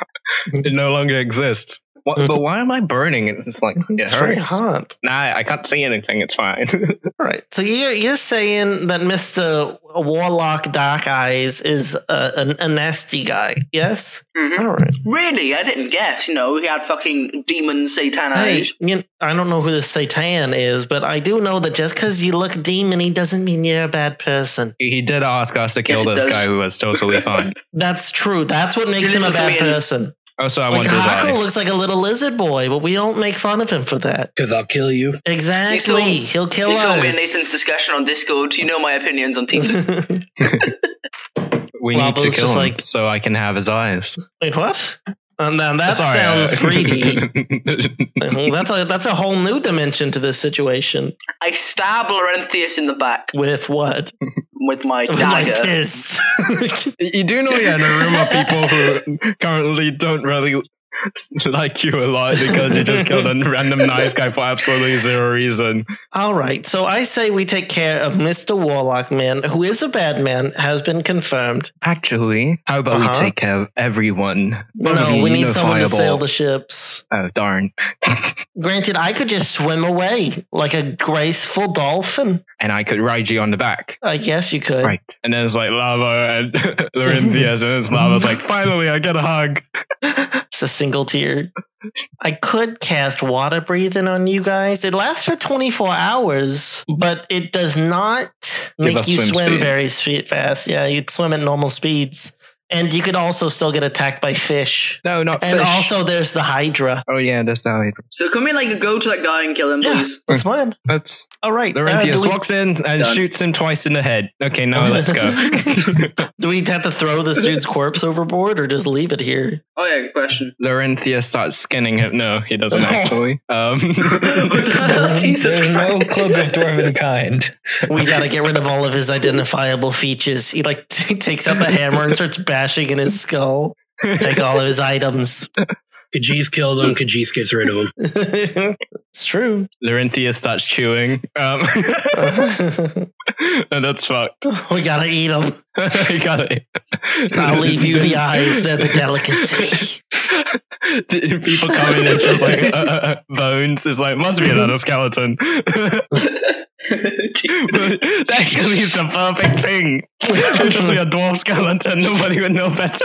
S5: it no longer exists. What, but why am I burning? It's like it
S3: It's very
S5: hurts.
S3: hot.
S5: Nah, I can't see anything. It's fine.
S3: All right. So you're, you're saying that Mr. Warlock Dark Eyes is a, a, a nasty guy, yes?
S2: hmm
S3: All right.
S2: Really, I didn't guess. You know, he had fucking demon satan
S3: Hey,
S2: eyes.
S3: you I don't know who this Satan is, but I do know that just because you look demony doesn't mean you're a bad person.
S5: he did ask us to kill
S2: Yes, it
S5: this
S2: does.
S5: guy who was totally fine.
S3: That's true. That's what makes him
S2: listen
S3: a
S2: to me
S3: bad
S2: and-
S3: person.
S5: Also, I
S3: Like,
S5: want his
S3: Hako
S5: eyes.
S3: looks like a little lizard boy, but we don't make fun of him for that.
S4: Because I'll kill you.
S3: Exactly.
S2: saw-
S3: He'll kill
S2: You
S3: us.
S2: saw me and Nathan's discussion on Discord. You know my opinions on Tifa.
S5: we need
S3: Lavo's
S5: to kill
S3: just
S5: him
S3: like-
S5: so I can have his eyes.
S3: Wait, what? And then that
S5: Sorry,
S3: sounds
S5: uh,
S3: greedy. that's a that's a whole new dimension to this situation.
S2: I stab Laurentius in the back
S3: With what?
S2: with my
S3: with my
S2: dagger.
S3: fist.
S5: You do know you're in a room of people who currently don't really like you a lot because you just killed a random nice guy for absolutely zero reason.
S3: All right, so I say we take care of Mr. Warlock Man, who is a bad man, has been confirmed.
S5: Actually, how about
S3: Uh-huh.
S5: we take care of everyone? One of
S3: no,
S5: you
S3: we need someone to
S5: unifiable-
S3: sail the ships.
S5: Oh darn!
S3: Granted, I could just swim away like a graceful dolphin.
S5: and I could ride you on the back.
S3: I guess you could.
S5: Right. And then it's like Lava and Laurentius, and it's Lava's like, finally, I get a hug.
S3: It's a single tier. I could cast water breathing on you guys. It lasts for 24 hours, but it does not make
S5: us
S3: you
S5: swim
S3: swim,
S5: speed.
S3: very spe- fast. Yeah, you'd swim at normal speeds. And you could also still get attacked by fish.
S5: No, not
S3: And also, there's the Hydra.
S5: oh, yeah, that's the hydra.
S2: So can we like go to that guy and kill him,
S3: Yeah.
S2: please?
S5: Hmm.
S3: That's fun.
S5: That's
S3: All right. uh,
S5: Laurentius
S3: do, we,
S5: walks in and
S2: Done.
S5: shoots him twice in the head. Okay, now let's go.
S3: do we have to throw this dude's corpse overboard or just leave it here?
S2: Oh yeah, good question.
S5: Laurentius starts skinning him. No, he doesn't actually. Um,
S2: What the hell? Oh, Jesus
S1: There's no
S2: Christ.
S1: club of dwarven kind.
S3: We got to get rid of all of his identifiable features. He like t- takes out the hammer and starts bashing in his skull. Take all of his items.
S4: Kajis killed him. Kajis gets rid of him.
S3: it's true.
S5: Laurentius starts chewing. Um,
S3: we
S5: and that's fucked.
S3: gotta eat them.
S5: I got it.
S3: I'll leave you the eyes. They're the delicacy.
S5: People come in and it's just like uh, uh, uh, bones. It's like must be another skeleton. that actually is the perfect thing. just be a dwarf skeleton. Nobody would know better.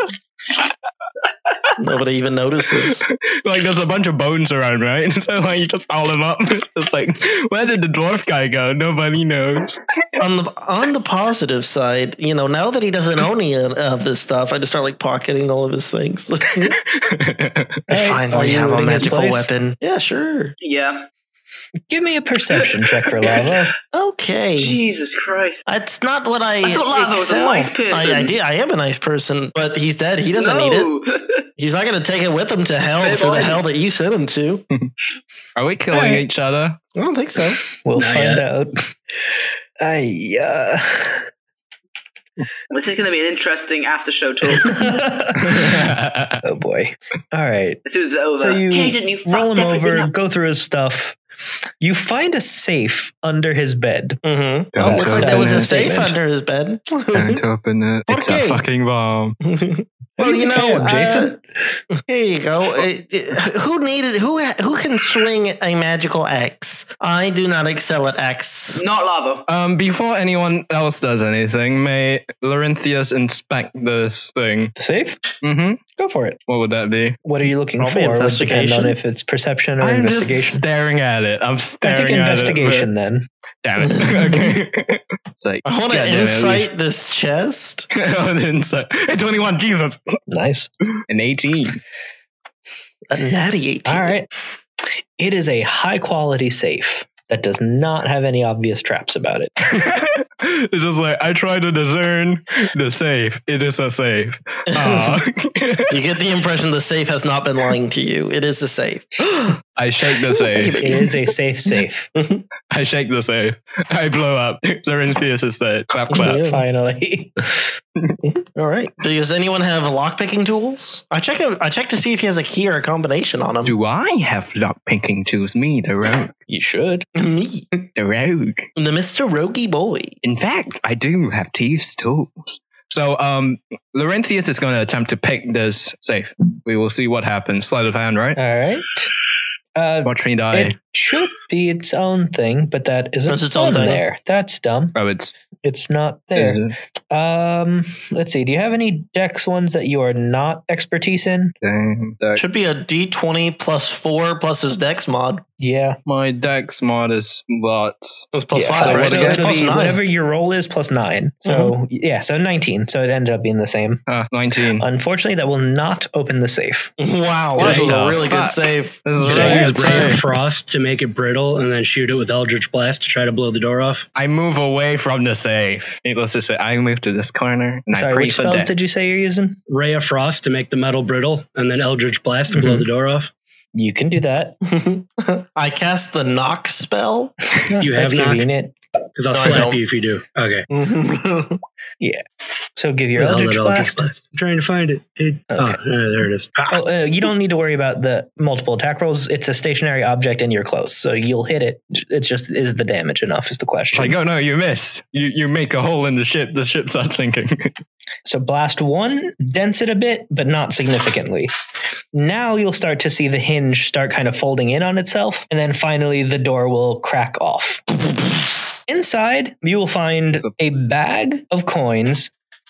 S3: Nobody even notices.
S5: Like there's a bunch of bones around, right? So like you just pile them up. It's like where did the dwarf guy go? Nobody knows.
S3: On the on the positive side, you know, now that he doesn't own any of this stuff, I just start like pocketing all of his things. I
S1: Hey, are
S3: finally
S1: you
S3: have a
S1: running his
S3: magical
S1: place?
S3: weapon. Yeah, sure.
S2: Yeah.
S1: Give me a perception check for lava.
S3: Okay.
S2: Jesus Christ.
S3: That's not what I.
S2: I thought Lava was a
S3: excel.
S2: nice person.
S3: I, I, did- I am a nice person, but he's dead. He doesn't need it.
S2: no.
S3: He's not going to take it with him to hell,
S2: Fair
S3: to the
S2: point.
S3: hell that you sent him to.
S5: Are we killing
S1: Alright.
S5: each other?
S3: I don't think so.
S1: We'll
S4: Not
S1: find
S4: yet.
S1: out. I,
S2: This is going to be an interesting after show talk.
S1: oh boy. All right.
S2: as soon as it's over.
S1: So you
S2: Caden, you
S1: Roll
S2: fucked
S1: him
S2: everything
S1: over,
S2: up.
S1: go through his stuff. You find a safe under his bed.
S3: Mm-hmm.
S5: Don't
S3: Oh, looks
S5: go
S3: like there
S5: down
S3: was
S5: there.
S3: a safe
S1: Statement.
S3: under his bed.
S5: open it.
S3: It's a Okay.
S5: fucking bomb.
S1: What
S3: well,
S1: do
S3: you know,
S1: have, Jason.
S3: uh, here you go. Uh, uh, who needed? Who ha- who can swing a magical axe? I do not excel at axe.
S2: Not Lava.
S5: Um, before anyone else does anything, may Laurentius inspect this thing.
S1: safe?
S5: Mm-hmm.
S1: Go for it.
S5: What would that be?
S1: What are you looking
S3: Roll me
S1: for? Would depend on
S3: investigation.
S1: if it's perception or
S5: I'm just
S1: investigation.
S5: staring at it. I'm
S1: I
S5: staring
S1: think
S5: at
S1: investigation then.
S5: It, but- damn it. okay. It's like,
S3: I want to
S5: God damn it, at least-
S3: insight this chest.
S5: I want to insight. Hey, 21, Jesus.
S1: Nice.
S5: An 18.
S3: A natty eighteen.
S1: All right. It is a high quality safe that does not have any obvious traps about it.
S5: it's just like, I try to discern the safe. It is a safe. Ah.
S3: You get the impression the safe has not been lying to you. It is a safe.
S5: I shake the
S1: It
S5: safe.
S1: is a safe safe.
S5: I shake the safe. I blow up. Laurentius is dead. Clap, clap.
S1: Finally.
S3: All right. Does anyone have lockpicking tools? I check. I check to see if he has a key or a combination on him.
S5: Do I have lock picking tools? Me, the rogue.
S1: You should.
S3: Me,
S5: The rogue.
S3: the Mister Rogie Boy.
S5: In fact, I do have thieves' tools. So, um, Laurentius is going to attempt to pick this safe. We will see what happens. Sleight of hand, right?
S1: All right. Uh,
S5: Watch me die.
S1: it should be its own thing, but that isn't
S3: That's its own
S1: on
S3: thing.
S1: there. That's dumb.
S5: oh, it's
S1: It's not
S5: is
S1: there.
S5: it?
S1: Um, let's see. Do you have any dex ones that you are not expertise in?
S5: Damn, dex.
S3: Should be a D twenty plus four plus his Dex mod.
S1: Yeah.
S5: My dex mod is what?
S3: It's plus
S1: Yeah,
S3: five.
S1: so
S3: right?
S5: what
S1: so
S5: is
S3: it's
S5: it?
S1: it'll
S3: plus
S1: be
S3: nine. Mm-hmm.
S1: whatever your roll is plus nine. So yeah, so nineteen. So it ended up being the same.
S5: Ah, nineteen.
S1: Unfortunately, that will not open the safe.
S3: Wow,
S5: What
S3: this is
S5: the
S3: a really
S5: fuck?
S3: good save.
S5: This is
S4: Should
S5: really
S4: I use
S5: good
S4: Brand
S5: save.
S4: Frost to make it brittle and then shoot it with Eldritch Blast to try to blow the door off?
S5: I move away from the safe. Needless to say, I move to this corner and I
S1: Sorry,
S5: pray
S1: which
S5: for
S1: spells
S5: death.
S1: did you say you're using?
S4: Ray of Frost to make the metal brittle and then Eldritch Blast to blow
S5: Mhm.
S4: the door off?
S1: You can do that.
S3: I cast the knock spell.
S4: You have
S1: That's
S4: knock?
S1: convenient.
S4: Because I'll
S3: No, I
S4: slap
S3: don't.
S4: you if you do. Okay.
S3: Mm-hmm.
S1: So give your
S4: I'll let
S1: Eldritch
S4: all get
S1: Blast.
S4: blast. I'm trying to find it. It- Oh,
S1: Okay.
S4: there there it is. Ah,
S1: Oh, uh, you don't need to worry about the multiple attack rolls. It's a stationary object and you're close, so you'll hit it. It's just is the damage enough is the
S5: It's
S1: question.
S5: like, oh no, you missed. You you make a hole in the ship. The ship starts sinking.
S1: So blast one dents it a bit, but not significantly. Now you'll start to see the hinge start kind of folding in on itself, and then finally the door will crack off. Inside, you will find a bag of coins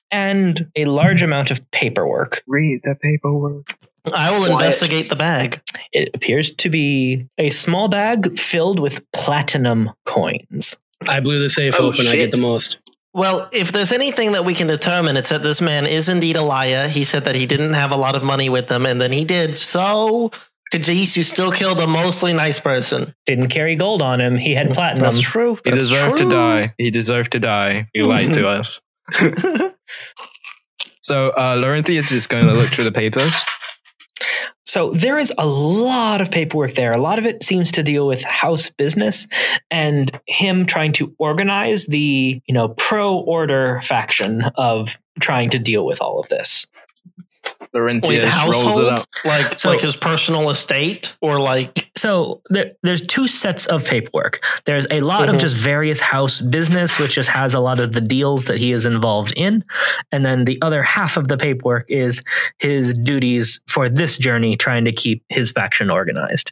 S1: and a large amount of paperwork.
S6: Read the paperwork.
S3: I will
S2: Quiet.
S3: investigate the bag.
S1: It appears to be a small bag filled with platinum coins.
S4: I blew the safe
S2: Oh,
S4: open. I get
S2: shit.
S4: the most.
S3: Well, if there's anything that we can determine, it's that this man is indeed a liar. He said that he didn't have a lot of money with him, and then he did. So, Kajis, you still killed a mostly nice person.
S1: Didn't carry gold on him, he had platinum.
S3: That's true.
S5: He
S3: That's
S5: deserved
S3: true.
S5: to die. He deserved to die. He lied to us. So uh, Laurenti is just going to look through the papers.
S1: So there is a lot of paperwork there. A lot of it seems to deal with house business and him trying to organize the, you know, pro order faction of trying to deal with all of this.
S3: Wait,
S5: Laurentius rolls it
S3: household?
S5: up.
S3: Like,
S1: So-
S3: like his personal estate? Or like,
S1: So there, there's two sets of paperwork. There's a lot of
S3: Mhm.
S1: just various house business, which just has a lot of the deals that he is involved in, and then the other half of the paperwork is his duties for this journey, trying to keep his faction organized.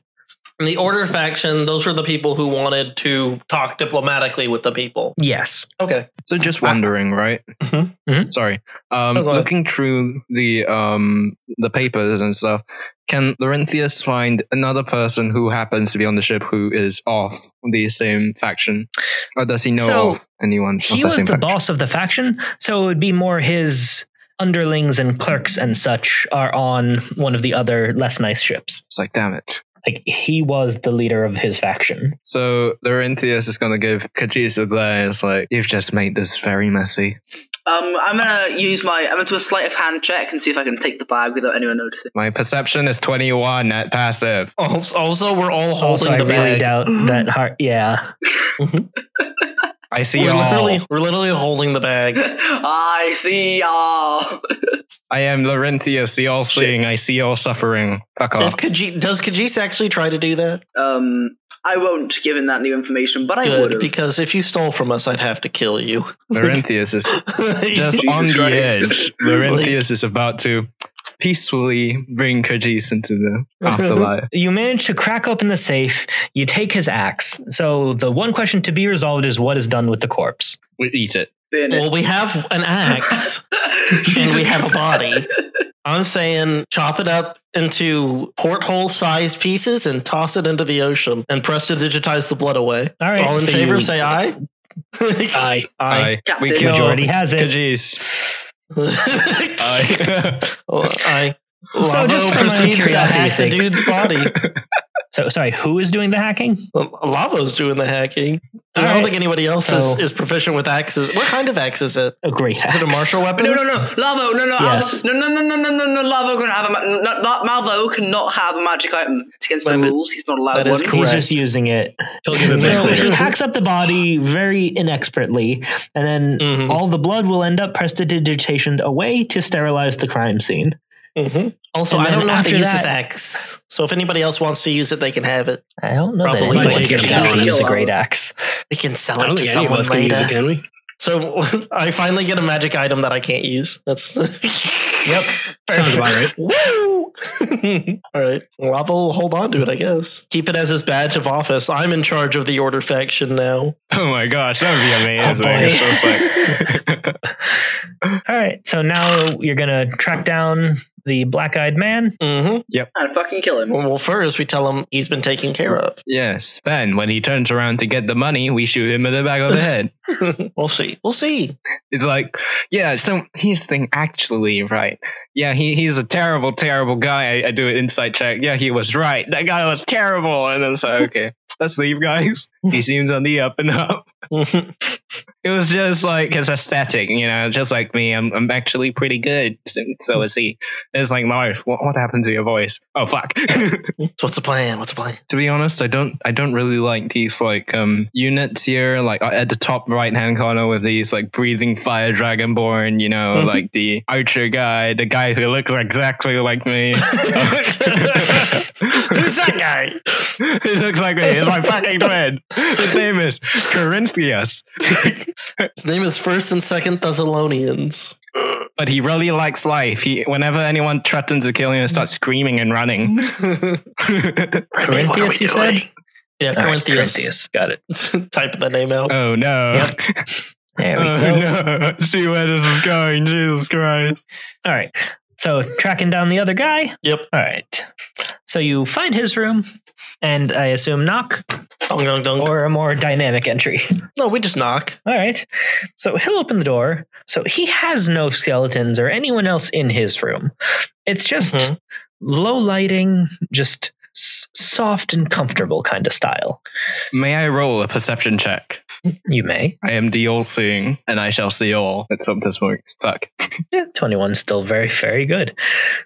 S3: in the Order faction, those were the people who wanted to talk diplomatically with the people.
S1: Yes.
S3: Okay.
S5: So just wondering, right?
S3: Mhm.
S1: Mhm.
S5: Sorry. Um,
S3: Oh, go ahead.
S5: looking through the um, the papers and stuff, can Laurentius find another person who happens to be on the ship who is of the same faction, or does he know
S1: So,
S5: of anyone of
S1: he
S5: that
S1: was the
S5: same faction?
S1: boss of the faction, so it would be more his underlings and clerks and such are on one of the other less nice ships.
S5: It's like, damn it.
S1: Like he was the leader of his faction.
S5: So Laurentius is going to give Kajis a glare. It's like, you've just made this very messy.
S2: Um, I'm gonna use my. I'm gonna do a sleight of hand check and see if I can take the bag without anyone noticing.
S5: My perception is 21 at passive.
S3: Also, also we're all
S1: Also,
S3: holding
S1: I
S3: the
S1: really
S3: bag.
S1: doubt that. Har- yeah,
S5: I see
S3: we're,
S5: all.
S3: literally, we're literally holding the bag.
S2: I see y'all.
S5: I am Laurentius, the all seeing. I see all suffering. Fuck
S3: If
S5: off.
S3: Khajiit- does Kajis actually try to do that?
S2: Um, I won't give him that new information, but I
S3: Good,
S2: would. have.
S3: because if you stole from us, I'd have to kill you.
S5: Laurentius is just
S3: Just
S5: on the
S2: Christ.
S5: edge. Laurentius is about to peacefully bring Kajis into the afterlife.
S1: you manage to crack open the safe. You take his axe. So the one question to be resolved is what is done with the corpse.
S5: we eat it.
S2: Burn it.
S3: well, we have an axe and we
S2: Jesus
S3: have a body. I'm saying chop it up into porthole sized pieces and toss it into the ocean and press to digitize the blood away.
S1: All right,
S3: All in
S1: so
S3: favor,
S1: you-
S3: say aye.
S4: I
S3: aye.
S5: Aye. We
S2: Captain
S5: killed
S2: Lord.
S1: Already has it.
S3: aye.
S5: Kajis. Aye.
S3: aye.
S1: So just
S3: Lavo
S1: for my
S3: proceeds to
S1: curiosity's
S3: hack the
S1: sake.
S3: dude's body.
S1: So sorry, who is doing the hacking?
S3: Well, Lavo's doing the hacking. I don't
S1: Alright.
S3: think anybody else
S1: So-
S3: is, is proficient with axes. What kind of axe is it?
S1: A great
S3: Is it a martial weapon?
S2: No, no, no, Lavo, no, no,
S1: Yes.
S2: Alvo, no, no, no, no, no, no, no, Lavo gonna have a, ma- no, no, Malvo cannot have a magic item. It's against the
S3: That is-
S2: rules. He's not allowed
S3: that
S2: one.
S3: is
S1: He's
S3: correct.
S1: just using it.
S4: he'll give it back
S1: So he
S4: later.
S1: hacks up the body very inexpertly, and then
S3: Mhm.
S1: all the blood will end up prestidigitationed away to sterilize the crime scene.
S3: Mhm. Also,
S1: And
S3: I
S1: then
S3: don't know how to
S1: after
S3: use this
S1: that-
S3: axe. So if anybody else wants to use it, they can have it.
S1: I don't know
S3: Probably
S1: that anyone
S4: like
S1: can
S4: it
S1: tell
S4: down.
S1: him it's a great axe.
S3: We can sell
S4: I
S3: it
S4: don't
S3: to
S4: think any of
S3: someone
S4: us can use it,
S3: later.
S4: can we?
S3: So I finally get a magic item that I can't use. That's yep.
S4: Sounds about right.
S3: Woo! All right. Lava will hold on to it, I guess. Keep it as his badge of office. I'm in charge of the order faction now.
S5: Oh my gosh, that would be amazing.
S1: Oh, boy.
S5: It's just like-
S1: All right, so now you're gonna track down the black-eyed man.
S3: Mm-hmm.
S2: And fucking kill him.
S3: Well, first we tell him he's been taken care of.
S5: yes. Then when he turns around to get the money, we shoot him in the back of the head.
S3: we'll see. We'll see.
S5: It's like, yeah, so here's the thing, actually, right? Yeah, he, he's a terrible, terrible guy. I, I do an insight check. Yeah, he was right. That guy was terrible. And then it's like, okay. let's leave, guys. He seems on the up and up. It was just like his aesthetic, you know, just like me. I'm, I'm actually pretty good. So, so is he. It's like, Marv, what, what happened to your voice? Oh, fuck.
S3: What's the plan? What's the plan?
S5: to be honest, I don't I don't really like these like um units here, like uh, at the top right hand corner with these like breathing fire dragonborn, you know,
S1: Mm-hmm.
S3: Mhm.
S5: like the archer guy, the guy who looks exactly like me.
S3: Who's that guy?
S5: he looks like me. He's my fucking twin. His name is Corinthius,
S3: His name is First and Second Thessalonians.
S5: but he really likes life. He whenever anyone threatens to kill him, he starts screaming and running.
S3: Remy, what are
S1: Corinthians,
S3: we
S1: you said?
S3: doing? Yeah,
S1: All right,
S3: Corinthians.
S1: Corinthians. Uh, Got it.
S3: Type the name out.
S5: oh no.
S1: Yep. There we
S5: Oh
S1: go.
S5: no. See where this is going. Jesus Christ.
S1: All right. So tracking down the other guy.
S3: Yep.
S1: All right. So you find his room, and I assume knock
S3: Dong dong dong.
S1: or a more dynamic entry.
S3: no, we just knock.
S1: All right. So he'll open the door. So he has no skeletons or anyone else in his room. It's just
S3: Mhm.
S1: low lighting, just s- soft and comfortable kind of style.
S5: May I roll a perception check?
S1: You may.
S5: I am the all seeing, and I shall see all. Let's hope this works. Fuck.
S1: Yeah, 21's still very, very good.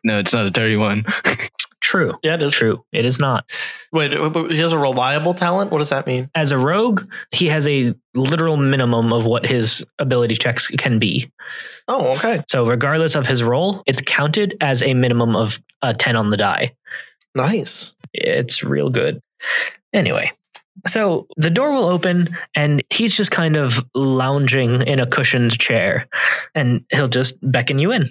S5: No, it's not a dirty one.
S1: True.
S3: Yeah, it is.
S1: True. It is not.
S3: Wait, w- w- he has a reliable talent? What does that mean?
S1: As a rogue, he has a literal minimum of what his ability checks can be.
S3: Oh, okay.
S1: So, regardless of his role, it's counted as a minimum of a 10 on the die.
S3: Nice.
S1: It's real good. Anyway, so the door will open and he's just kind of lounging in a cushioned chair and he'll just beckon you in.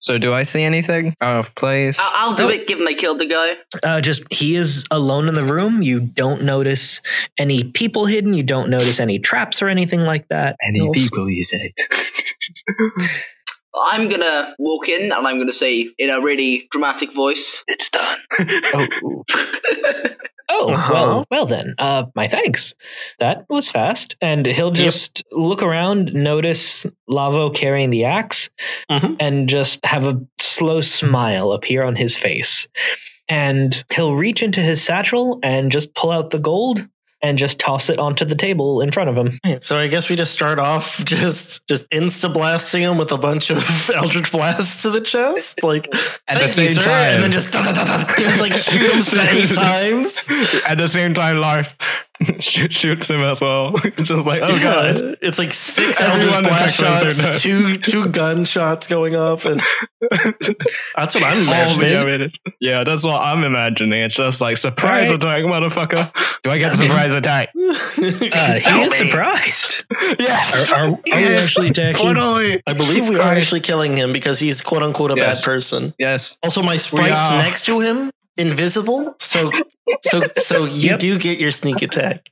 S5: so, do I see anything out of place?
S2: I- I'll do
S1: Oh.
S2: it given I killed the guy.
S1: Uh, just he is alone in the room. You don't notice any people hidden. You don't notice any traps or anything like that.
S5: Any
S1: You'll-
S5: people, you said.
S2: I'm gonna walk in and I'm gonna say in a really dramatic voice, "It's done."
S1: Oh, oh
S3: Uh-huh.
S1: well, well then. Uh, my thanks. That was fast. And he'll just look around, notice Lavo carrying the axe,
S3: Mhm.
S1: and just have a slow smile appear on his face. And he'll reach into his satchel and just pull out the gold and just toss it onto the table in front of him.
S3: Alright, so I guess we just start off just just insta blasting him with a bunch of Eldritch blasts to the chest, like
S5: At the
S3: "Thank you,
S5: same
S3: sir,"
S5: time.
S3: and then just, da, da, da, da, just like shoot him seventy times.
S5: At the same time, Larf sh- shoots him as well. It's just like, oh god.
S3: Yeah, it's like six
S5: Everyone
S3: Eldritch blast
S5: attacks us or
S3: shots, two two gunshots going off, and that's what I'm
S5: All the- yeah, I
S3: imagining.
S5: mean, yeah, that's what I'm imagining. It's just like surprise
S1: Alright.
S5: attack, motherfucker. Do I get surprise attack?
S1: Uh, he
S3: Tell
S1: is
S3: me.
S1: surprised.
S5: Yes.
S4: Are, are, are we actually attacking?
S5: Finally.
S3: I believe we are actually killing him because he's quote unquote a
S5: Yes.
S3: bad person.
S5: Yes.
S3: Also, my sprite's
S5: are-
S3: next to him, invisible. So, so, so you
S1: Yep.
S3: do get your sneak attack.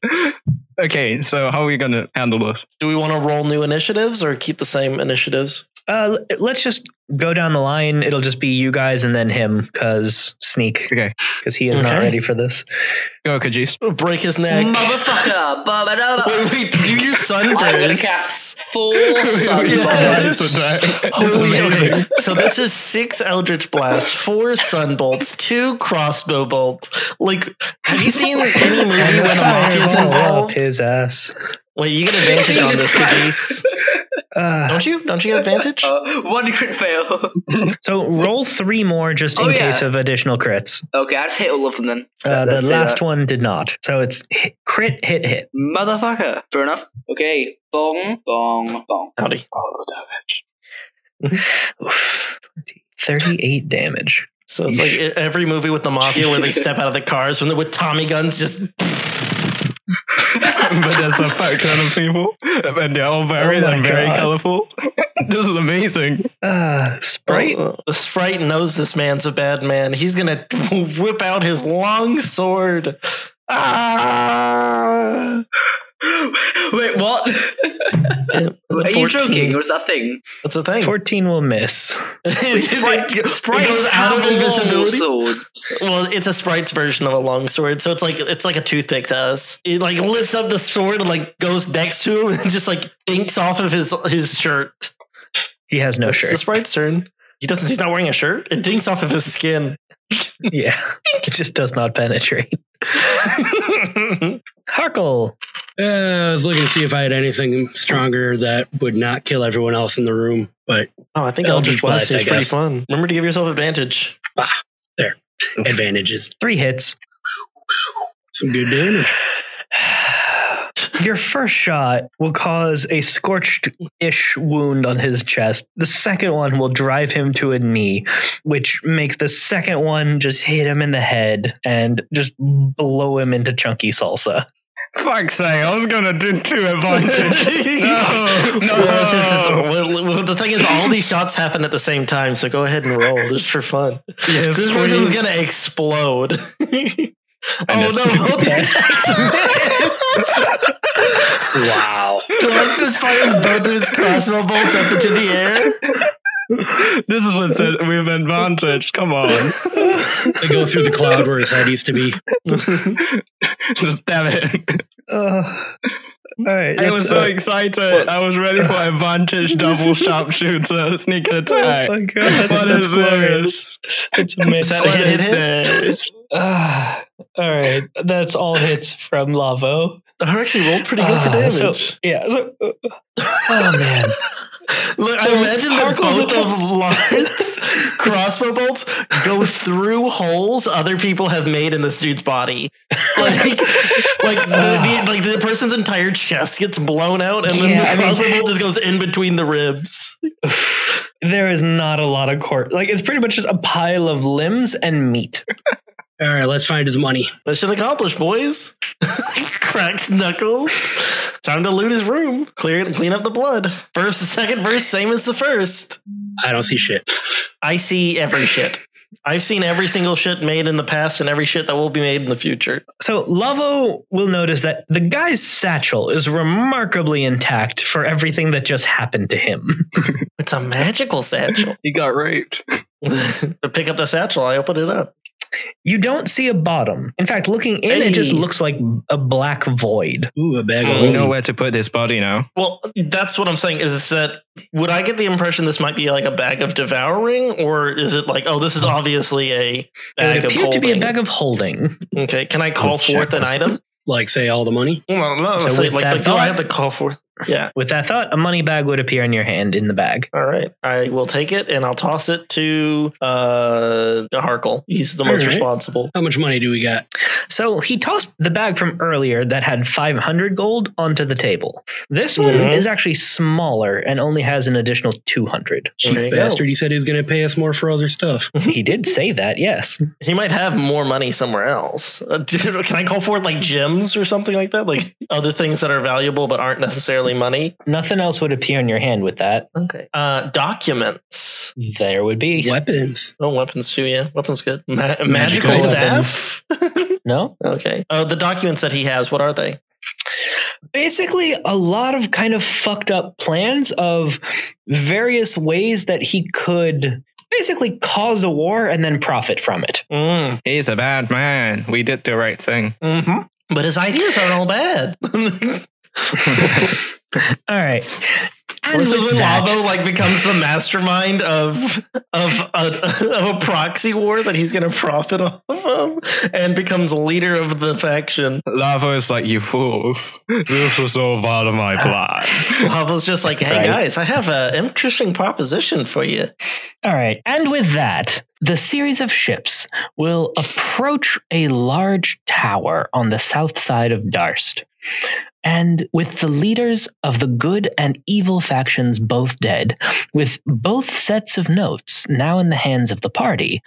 S5: Okay, so how are we gonna handle this?
S3: Do we want to roll new initiatives or keep the same initiatives?
S1: Uh, l- let's just go down the line. It'll just be you guys and then him, cause sneak,
S5: Okay.
S1: because he is not
S3: Okay.
S1: ready for this.
S5: Go, Kajis.
S3: Break his neck.
S2: Motherfucker! ba-ba-da-ba.
S3: wait, wait, do your sun
S2: I'm gonna
S3: dance.
S2: cast four
S5: Oh,
S2: suns on
S5: Yeah.
S2: him.
S5: It's
S3: Holy- okay.
S5: amazing.
S3: So this is six Eldritch Blasts, four Sun Bolts, two Crossbow Bolts. Like, have you seen any movie when a mafia's
S1: Fireball up
S3: involved?
S1: his ass.
S3: Wait, you get advantage on this, Kajis.
S1: Uh,
S3: Don't you? Don't you get advantage?
S2: Uh, one crit fail.
S1: so roll three more just in
S2: Oh, yeah.
S1: case of additional crits.
S2: Okay, I just hit all of them then.
S1: Uh, the
S2: Let's say
S1: last
S2: that.
S1: one did not. So it's hit, crit, hit, hit.
S2: Motherfucker. Fair enough. Okay. Bong, bong, bong.
S3: Howdy.
S1: Oof. 38 damage.
S3: So it's like e-, every movie with the mafia where they step out of the cars when they're with Tommy guns, just
S5: but there's a fuck ton of people, and they're all varied
S1: my
S5: and very
S1: God.
S5: colorful. this is amazing.
S1: Uh, Sprite.
S3: Uh, the sprite knows this man's a bad man. He's gonna whip out his long sword. Ah!
S2: Wait, what? Are you
S3: 14.
S2: joking or is that a thing?
S3: That's the thing.
S1: 14 will miss.
S3: It- it- it goes out of
S2: have long
S3: invisibility.
S2: swords.
S3: Well, it's a sprite's version of a long sword, so it's like it's like a toothpick to us. It like lifts up the sword and like goes next to him and just like dinks off of his his shirt.
S1: He has no
S3: It's the
S1: shirt.
S3: sprite's turn. He doesn't. He's not wearing a shirt. It dinks off of his skin.
S1: Yeah. It just does not penetrate. Harkle.
S4: Uh, I was looking to see if I had anything stronger that would not kill everyone else in the room, but
S3: Oh, I think
S4: Eldritch
S3: Eldritch Blast
S4: Blast, I
S3: is pretty
S4: guess.
S3: fun. Remember to give yourself advantage.
S4: advantages.
S1: Three hits.
S4: Some good damage.
S1: Your first shot will cause a scorched ish wound on his chest. The second one will drive him to a knee, which makes the second one just hit him in the head and just blow him into chunky salsa.
S5: Fuck's sake, I was gonna do two advantage. no, no.
S3: Well, it's just- it's- well, well, the thing is, all these shots happen at the same time, so go ahead and roll just for fun.
S5: Yes,
S3: this person's
S5: please.
S3: gonna explode. oh
S5: just-
S3: no! both the attacks
S2: Wow.
S3: Dork just fires both of his crossbow bolts up into the air.
S5: This is what said we've advantage. Come on,
S4: They go through the cloud where his head used to be.
S5: just damn it!
S1: all right.
S5: I was so excited. I was ready for advantage, double sharpshooter, sneak attack.
S1: oh my god.
S5: what is this?
S1: It's
S3: Is that
S1: amazing.
S3: a hit, hit, hit?
S5: this?
S1: Ah, all right. That's all hits from Lavo.
S3: Her actually rolled pretty good for
S1: Ah,
S3: damage.
S1: so- yeah. So, oh, man.
S3: Look,
S1: So
S3: I imagine that
S1: Harkle's
S3: both
S1: a-
S3: of Lawrence crossbow bolts go through holes other people have made in this dude's body. Like, like the, the like the person's entire chest gets blown out, and then
S1: Yeah, I
S3: the
S1: mean-
S3: crossbow bolt just goes in between the ribs.
S1: There is not a lot of court. Like it's pretty much just a pile of limbs and meat.
S4: All right, let's find his money.
S3: Mission accomplished, boys. Cracks knuckles. Time to loot his room. Clear it and clean up the blood. First, second verse, same as the first.
S4: I don't see shit.
S3: I see every shit. I've seen every single shit made in the past and every shit that will be made in the future.
S1: So Lavo will notice that the guy's satchel is remarkably intact for everything that just happened to him.
S3: It's a magical satchel.
S5: He got raped.
S3: to pick up the satchel, I open it up.
S1: You don't see a bottom. In fact, looking in, it just
S3: Hey.
S1: looks like a black void.
S4: Ooh, a bag of
S5: Well, we
S3: Oh.
S4: holding.
S5: know where to put this body now.
S3: Well, that's what I'm saying is that would I get the impression this might be like a bag of devouring, or is it like, oh, this is obviously a
S1: It
S3: bag of
S1: appeared
S3: holding?
S1: to be a bag of holding.
S3: okay, can I call
S5: Let's check
S3: forth an
S5: this.
S3: item?
S4: like say all the money.
S3: Well, no,
S1: So
S3: so
S1: with
S3: like,
S1: that
S3: like do I
S1: thought-
S3: have to call forth? Yeah.
S1: With that thought, a money bag would appear in your hand in the bag.
S3: All right, I will take it and I'll toss it to uh to Harkle. He's the most
S4: All right.
S3: responsible.
S4: How much money do we got?
S1: So he tossed the bag from earlier that had 500 gold onto the table. This one
S3: Mhm.
S1: is actually smaller and only has an additional 200.
S4: Cheap
S3: There you go.
S4: bastard. He said he was going to pay us more for other stuff.
S1: he did say that, yes.
S3: He might have more money somewhere else. Uh, dude, can I call forth like gems or something like that? Like other things that are valuable but aren't necessarily money.
S1: Nothing else would appear in your hand with that.
S3: Okay. Uh, documents.
S1: There would be.
S4: Weapons.
S3: Oh, weapons too. Yeah, weapons good. Ma- magical,
S4: Magical
S3: staff.
S1: No?
S3: okay. Uh, the documents that he has. What are they?
S1: Basically, a lot of kind of fucked up plans of various ways that he could basically cause a war and then profit from it.
S3: Mm.
S5: He's a bad man. We did the right thing.
S3: Hmm. But his ideas aren't all bad.
S1: All right. And
S3: Or so
S1: with
S3: when
S1: that-
S3: Lavo like becomes the mastermind of of a, of a proxy war that he's going to profit off of, and becomes leader of the faction.
S5: Lavo is like, you fools. This was all part of my plan.
S3: Lavo's just like, hey
S1: Right.
S3: guys, I have an interesting proposition for you.
S1: All right. And with that, the series of ships will approach a large tower on the south side of Darst. And with the leaders of the good and evil factions both dead, with both sets of notes now in the hands of the party,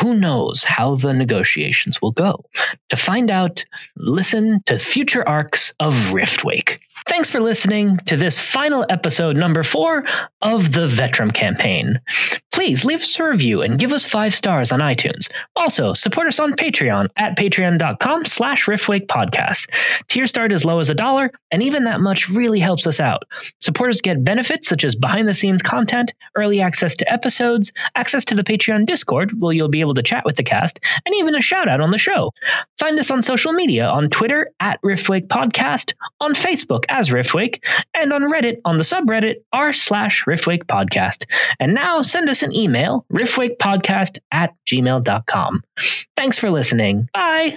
S1: who knows how the negotiations will go? To find out, listen to future arcs of Riftwake. Thanks for listening to this final episode, number four of the Vetrum campaign. Please leave us a review and give us five stars on iTunes. Also, support us on Patreon at patreon.com slash Riftwake Podcast. Tier start as low as a dollar, and even that much really helps us out. Supporters get benefits such as behind-the-scenes content, early access to episodes, access to the Patreon Discord, where you'll be able to chat with the cast, and even a shout-out on the show. Find us on social media on Twitter at Riftwake Podcast, on Facebook as Riftwake, and on Reddit on the subreddit r slash Riftwake Podcast. And now send us an email, riffwakepodcast at gmail.com. Thanks for listening. Bye.